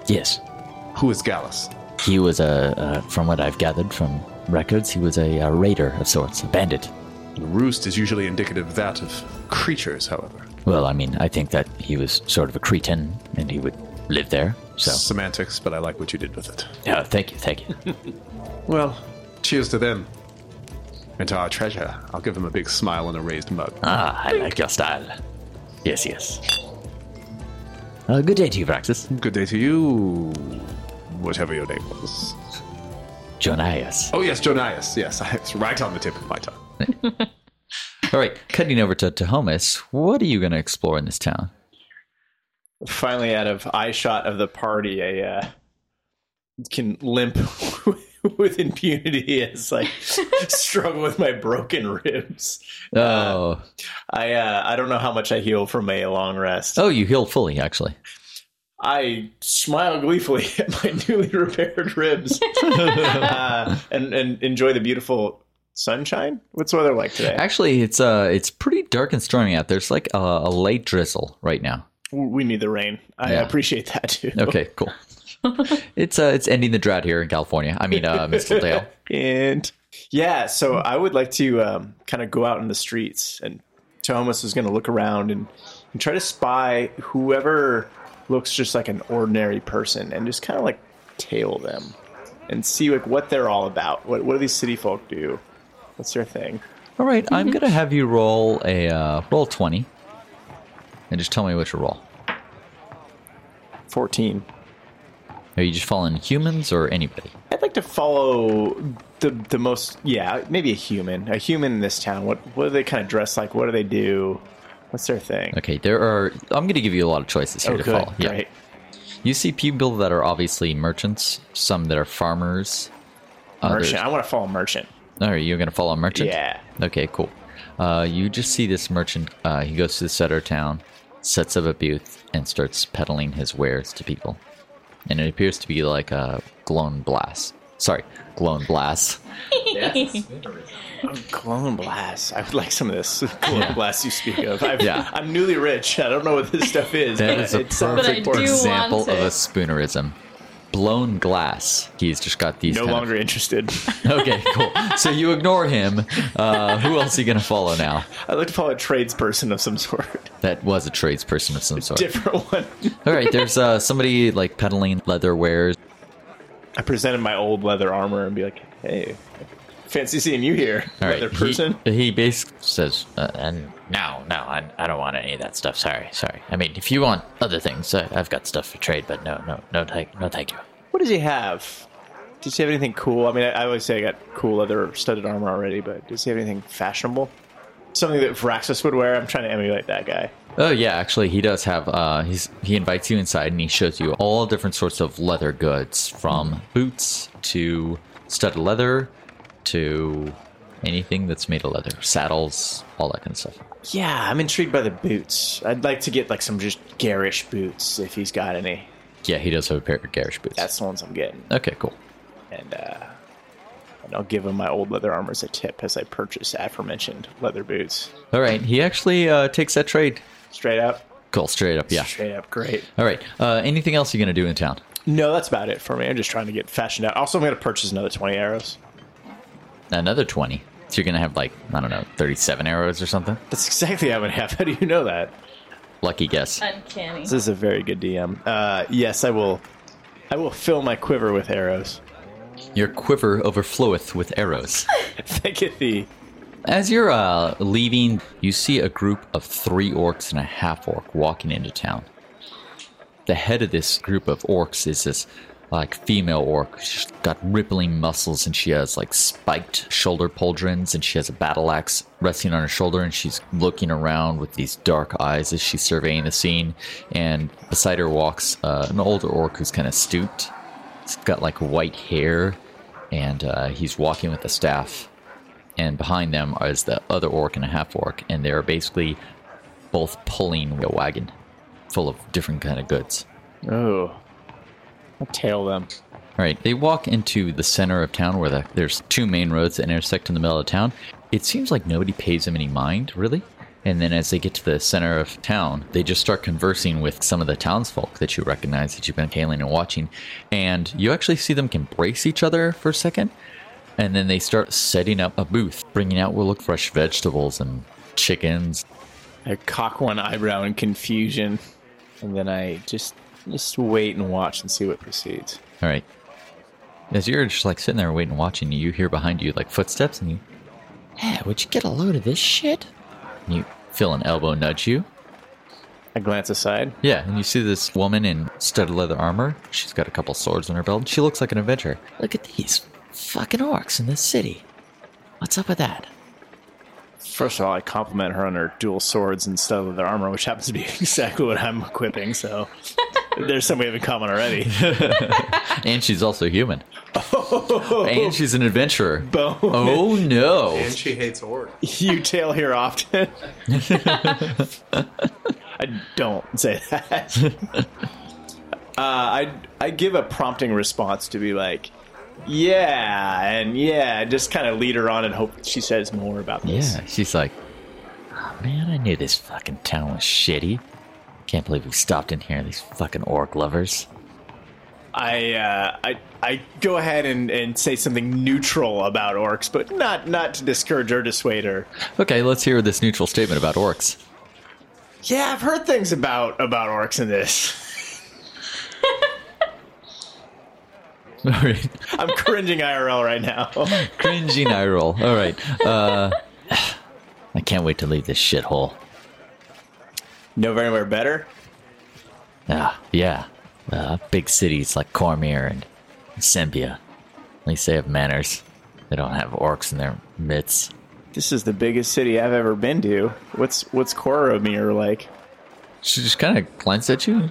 [SPEAKER 9] Yes,
[SPEAKER 3] Who is Gallus?
[SPEAKER 9] He was a, uh, from what I've gathered from records, he was a, uh raider of sorts, a bandit.
[SPEAKER 3] Roost is usually indicative of that of creatures, however.
[SPEAKER 9] Well, I mean, I think that he was sort of a Cretan, and he would live there. So,
[SPEAKER 3] Semantics, but I like what you did with it.
[SPEAKER 9] yeah, Oh, thank you, thank you.
[SPEAKER 3] Well, cheers to them. And to our treasure. I'll give him a big smile and a raised mug.
[SPEAKER 9] ah, I like your style. Yes, yes. Uh, good day to you, Vraxus.
[SPEAKER 3] Good day to you, whatever your name was.
[SPEAKER 9] Jonias.
[SPEAKER 3] Oh, yes, Jonias. Yes, it's right on the tip of my tongue.
[SPEAKER 9] All right, cutting over to Tahomas, what are you going to explore in this town?
[SPEAKER 5] finally out of eye shot of the party, I uh, can limp with impunity as I struggle with my broken ribs.
[SPEAKER 9] Oh,
[SPEAKER 5] I uh, I don't know how much I heal from a long rest.
[SPEAKER 9] oh, you heal fully actually.
[SPEAKER 5] I smile gleefully at my newly repaired ribs uh, and and enjoy the beautiful sunshine. What's the weather like today?
[SPEAKER 9] Actually, it's uh, it's pretty dark and stormy out there. It's like a, a light drizzle right now.
[SPEAKER 5] we need the rain. I
[SPEAKER 9] Yeah.
[SPEAKER 5] appreciate that too.
[SPEAKER 9] Okay, cool. it's uh, it's ending the drought here in California. I mean, uh, Mistletoe.
[SPEAKER 5] And yeah, so I would like to um, kind of go out in the streets, and Thomas is going to look around and, and try to spy whoever looks just like an ordinary person, and just kind of like tail them and see like what they're all about. What what do these city folk do? What's their thing?
[SPEAKER 9] All right, I'm gonna have you roll a uh, roll twenty, and just tell me what you roll.
[SPEAKER 5] Fourteen.
[SPEAKER 9] Are you just following humans or anybody?
[SPEAKER 5] I'd like to follow the the most yeah maybe a human a human in this town. What what do they kind of dress like? What do they do? What's their thing?
[SPEAKER 9] Okay, there are. I'm gonna give you a lot of choices here
[SPEAKER 5] Oh,
[SPEAKER 9] to
[SPEAKER 5] good.
[SPEAKER 9] follow. Yeah,
[SPEAKER 5] Great.
[SPEAKER 9] you see people that are obviously merchants, some that are farmers. others-
[SPEAKER 5] Merchant. I want to follow merchant.
[SPEAKER 9] All right, you're gonna follow a merchant.
[SPEAKER 5] Yeah.
[SPEAKER 9] Okay, cool. Uh, you just see this merchant. Uh, he goes to the center of town, sets up a booth, and starts peddling his wares to people. And it appears to be like a glowing blast. Sorry, glowing blast.
[SPEAKER 5] Clone Oh, Blast. I would like some of this Clone Blast you speak of. I've,
[SPEAKER 9] Yeah.
[SPEAKER 5] I'm newly rich. I don't know what this stuff is.
[SPEAKER 9] That
[SPEAKER 5] but
[SPEAKER 9] is a
[SPEAKER 5] it sounds
[SPEAKER 9] perfect
[SPEAKER 10] But I do
[SPEAKER 9] example
[SPEAKER 10] want
[SPEAKER 9] of
[SPEAKER 10] it.
[SPEAKER 9] a spoonerism. Blown glass. He's just got these.
[SPEAKER 5] no
[SPEAKER 9] kind of-
[SPEAKER 5] longer interested.
[SPEAKER 9] okay, cool. So you ignore him. Uh, who else are you gonna follow now?
[SPEAKER 5] I'd like to follow a tradesperson of some sort.
[SPEAKER 9] That was a tradesperson of some sort.
[SPEAKER 5] Different one.
[SPEAKER 9] All right, there's uh, somebody like peddling leather wares.
[SPEAKER 5] I presented my old leather armor and be like, hey, fancy seeing you here,
[SPEAKER 9] All right,
[SPEAKER 5] leather
[SPEAKER 9] he-
[SPEAKER 5] person.
[SPEAKER 9] He, basically says, uh, and no, no, I, I don't want any of that stuff. Sorry, sorry. I mean, if you want other things, I, I've got stuff for trade, but no, no, no, thank, no, thank you.
[SPEAKER 5] What does he have? Does he have anything cool? I mean, I, I always say I got cool leather studded armor already, but does he have anything fashionable? Something that Vraxus would wear? I'm trying to emulate that guy.
[SPEAKER 9] Oh yeah, actually, he does have. Uh, he's he invites you inside and he shows you all different sorts of leather goods, from boots to studded leather to anything that's made of leather, saddles, all that kind of stuff.
[SPEAKER 5] Yeah, I'm intrigued by the boots. I'd like to get like some just garish boots if he's got any.
[SPEAKER 9] Yeah, he does have a pair of garish boots.
[SPEAKER 5] That's the ones I'm getting.
[SPEAKER 9] okay, cool.
[SPEAKER 5] And uh and I'll give him my old leather armor as a tip as I purchase aforementioned leather boots.
[SPEAKER 9] All right, he actually uh, takes that trade.
[SPEAKER 5] Straight up.
[SPEAKER 9] Cool, straight up. Yeah.
[SPEAKER 5] Straight up, great.
[SPEAKER 9] All right. Uh, anything else you're gonna do in town?
[SPEAKER 5] No, that's about it for me. I'm just trying to get fashioned out. Also I'm gonna purchase another twenty arrows.
[SPEAKER 9] Another twenty. So you're gonna have like I don't know, thirty-seven arrows or something.
[SPEAKER 5] That's exactly how I would have. How do you know that?
[SPEAKER 9] Lucky guess.
[SPEAKER 11] Uncanny.
[SPEAKER 5] This is a very good DM. Uh yes, I will I will fill my quiver with arrows.
[SPEAKER 9] Your quiver overfloweth with arrows.
[SPEAKER 5] Thinketh thee.
[SPEAKER 9] As you're uh, leaving, you see a group of three orcs and a half orc walking into town. The head of this group of orcs is this like female orc. She's got rippling muscles and she has like spiked shoulder pauldrons and she has a battle axe resting on her shoulder and she's looking around with these dark eyes as she's surveying the scene. And beside her walks uh, an older orc who's kind of stooped. He's got like white hair and uh, he's walking with a staff and behind them is the other orc and a half orc, and they're basically both pulling a wagon full of different kind of goods.
[SPEAKER 5] Oh. I'll tail them.
[SPEAKER 9] All right, they walk into the center of town where the, there's two main roads that intersect in the middle of town. It seems like nobody pays them any mind, really. And then as they get to the center of town, they just start conversing with some of the townsfolk that you recognize that you've been hailing and watching. And you actually see them embrace each other for a second. And then they start setting up a booth, bringing out what look fresh vegetables and chickens.
[SPEAKER 5] I cock one eyebrow in confusion, and then I just just wait and watch and see what proceeds.
[SPEAKER 9] All right. As you're just like sitting there waiting, watching, you hear behind you like footsteps, and you, hey, would you get a load of this shit? And you feel an elbow nudge you.
[SPEAKER 5] I glance aside.
[SPEAKER 9] Yeah, and you see this woman in studded leather armor. She's got a couple swords in her belt. and She looks like an adventurer. Look at these fucking orcs in this city. What's up with that?
[SPEAKER 5] First of all, I compliment her on her dual swords and stuff with her armor, which happens to be exactly what I'm equipping. So There's something we have in common already.
[SPEAKER 9] And she's also human. and she's an adventurer. Oh no.
[SPEAKER 3] And she hates org.
[SPEAKER 5] You tail here often. I don't say that. uh, I I give a prompting response to be like, yeah, and yeah, just kind of lead her on and hope she says more about this.
[SPEAKER 9] Yeah, she's like, oh, man, I knew this fucking town was shitty. Can't believe we stopped in here. These fucking orc lovers.
[SPEAKER 5] I, uh, I I go ahead and, and say something neutral about orcs, but not not to discourage or dissuade her.
[SPEAKER 9] Okay, let's hear this neutral statement about orcs.
[SPEAKER 5] Yeah, I've heard things about about orcs in this.
[SPEAKER 9] All right,
[SPEAKER 5] I'm cringing IRL right now.
[SPEAKER 9] cringing eye roll. All right, uh, I can't wait to leave this shithole.
[SPEAKER 5] Know of anywhere better?
[SPEAKER 9] Ah, yeah. Uh, big cities like Cormier and Sembia. At least they have manners. They don't have orcs in their midst.
[SPEAKER 5] This is the biggest city I've ever been to. What's what's Koromir like?
[SPEAKER 9] She just kind of glanced at you.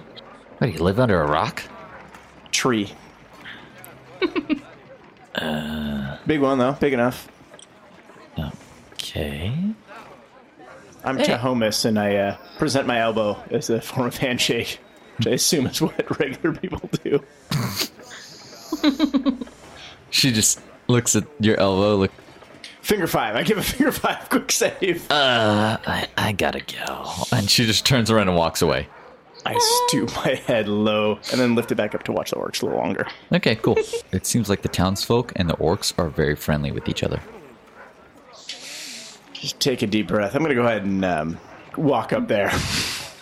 [SPEAKER 9] What, do you live under a rock?
[SPEAKER 5] Tree. Big one though, big enough.
[SPEAKER 9] Okay.
[SPEAKER 5] I'm Tahomas, and I uh, present my elbow as a form of handshake, which I assume is what regular people do.
[SPEAKER 9] She just looks at your elbow. Look,
[SPEAKER 5] Finger five. I give a finger five. Quick save.
[SPEAKER 9] I, I gotta go. And she just turns around and walks away.
[SPEAKER 5] I stoop my head low and then lift it back up to watch the orcs a little longer.
[SPEAKER 9] Okay, cool. it seems like the townsfolk and the orcs are very friendly with each other.
[SPEAKER 5] Just take a deep breath. I'm gonna go ahead and um, walk up there.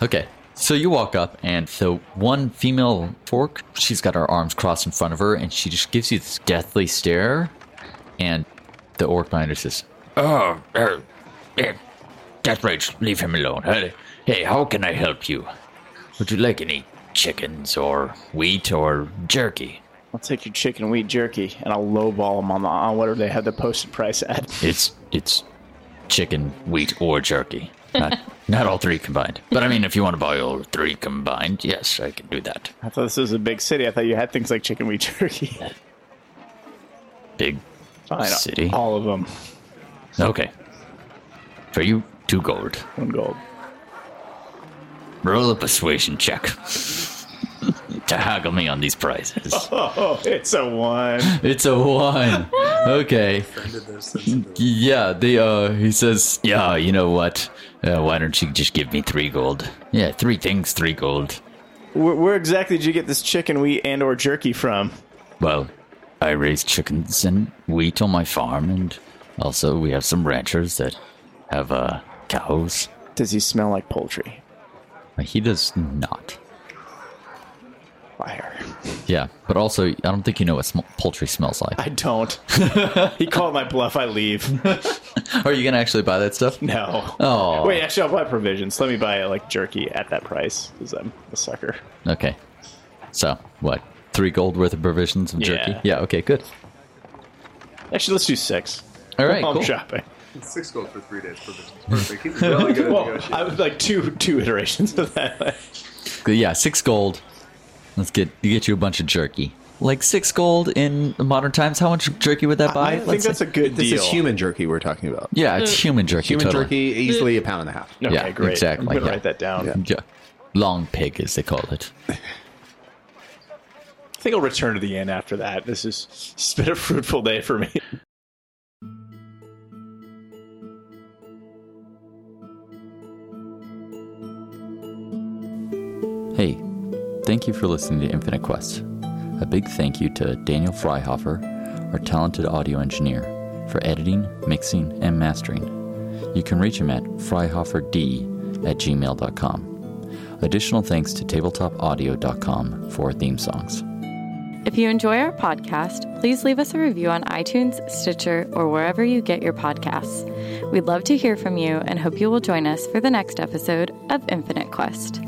[SPEAKER 9] Okay. So you walk up, and so one female fork, she's got her arms crossed in front of her, and she just gives you this deathly stare. And the orc binder says,
[SPEAKER 12] Oh, er, eh, Death Rage, leave him alone. Hey, hey, how can I help you? Would you like any chickens or wheat or jerky?
[SPEAKER 5] I'll take your chicken and wheat jerky, and I'll lowball them on, the, on whatever they had the posted price at.
[SPEAKER 12] It's it's chicken, wheat, or jerky. Not, not all three combined. But I mean, if you want to buy all three combined, yes, I can do that.
[SPEAKER 5] I thought this was a big city. I thought you had things like chicken, wheat jerky.
[SPEAKER 12] Big
[SPEAKER 5] Fine,
[SPEAKER 12] city.
[SPEAKER 5] All of them.
[SPEAKER 12] Okay. For you, two gold.
[SPEAKER 5] One gold.
[SPEAKER 12] Roll a persuasion check to haggle me on these prizes.
[SPEAKER 5] Oh, it's a one.
[SPEAKER 9] It's a one. Okay. Yeah, they uh he says
[SPEAKER 12] Yeah, you know what? Uh, why don't you just give me three gold? Yeah, three things, three gold.
[SPEAKER 5] Where, where exactly did you get this chicken, wheat, and or jerky from?
[SPEAKER 12] Well, I raise chickens and wheat on my farm, and also we have some ranchers that have uh, cows.
[SPEAKER 5] Does he smell like poultry?
[SPEAKER 9] he does not.
[SPEAKER 5] Fire.
[SPEAKER 9] Yeah, but also I don't think you know what sm- poultry smells like.
[SPEAKER 5] I don't. he called my bluff. I leave.
[SPEAKER 9] Are you gonna actually buy that stuff?
[SPEAKER 5] No.
[SPEAKER 9] Oh.
[SPEAKER 5] Wait, actually, I'll buy provisions. Let me buy like jerky at that price because I'm a sucker.
[SPEAKER 9] Okay. So what? Three gold worth of provisions of jerky.
[SPEAKER 5] Yeah.
[SPEAKER 9] Yeah. Okay. Good.
[SPEAKER 5] Actually, let's do six.
[SPEAKER 9] All right.
[SPEAKER 5] Home
[SPEAKER 9] Cool.
[SPEAKER 5] shopping.
[SPEAKER 3] Six gold for three days provisions. Perfect. He's really good at
[SPEAKER 5] Well, I was like two two iterations of that.
[SPEAKER 9] Good, Yeah. Six gold. Let's get you get you a bunch of jerky. Like six gold in modern times. How much jerky would that buy?
[SPEAKER 5] I think that's a good
[SPEAKER 3] This
[SPEAKER 5] deal.
[SPEAKER 3] is human jerky we're talking about.
[SPEAKER 9] yeah. It's human jerky.
[SPEAKER 3] Human
[SPEAKER 9] totally.
[SPEAKER 3] jerky, easily a pound and a half.
[SPEAKER 5] Okay,
[SPEAKER 9] Yeah,
[SPEAKER 5] great.
[SPEAKER 9] exactly,
[SPEAKER 5] I'm gonna
[SPEAKER 9] yeah.
[SPEAKER 5] write that down.
[SPEAKER 3] Yeah.
[SPEAKER 9] Yeah. Long pig, as they call it.
[SPEAKER 5] I think I'll return to the inn after that. This is it's been a fruitful day for me.
[SPEAKER 9] Hey, thank you for listening to Infinite Quest. A big thank you to Daniel Freihoffer, our talented audio engineer, for editing, mixing, and mastering. You can reach him at freihofferd at gmail.com. Additional thanks to tabletopaudio.com for our theme songs.
[SPEAKER 11] If you enjoy our podcast, please leave us a review on iTunes, Stitcher, or wherever you get your podcasts. We'd love to hear from you and hope you will join us for the next episode of Infinite Quest.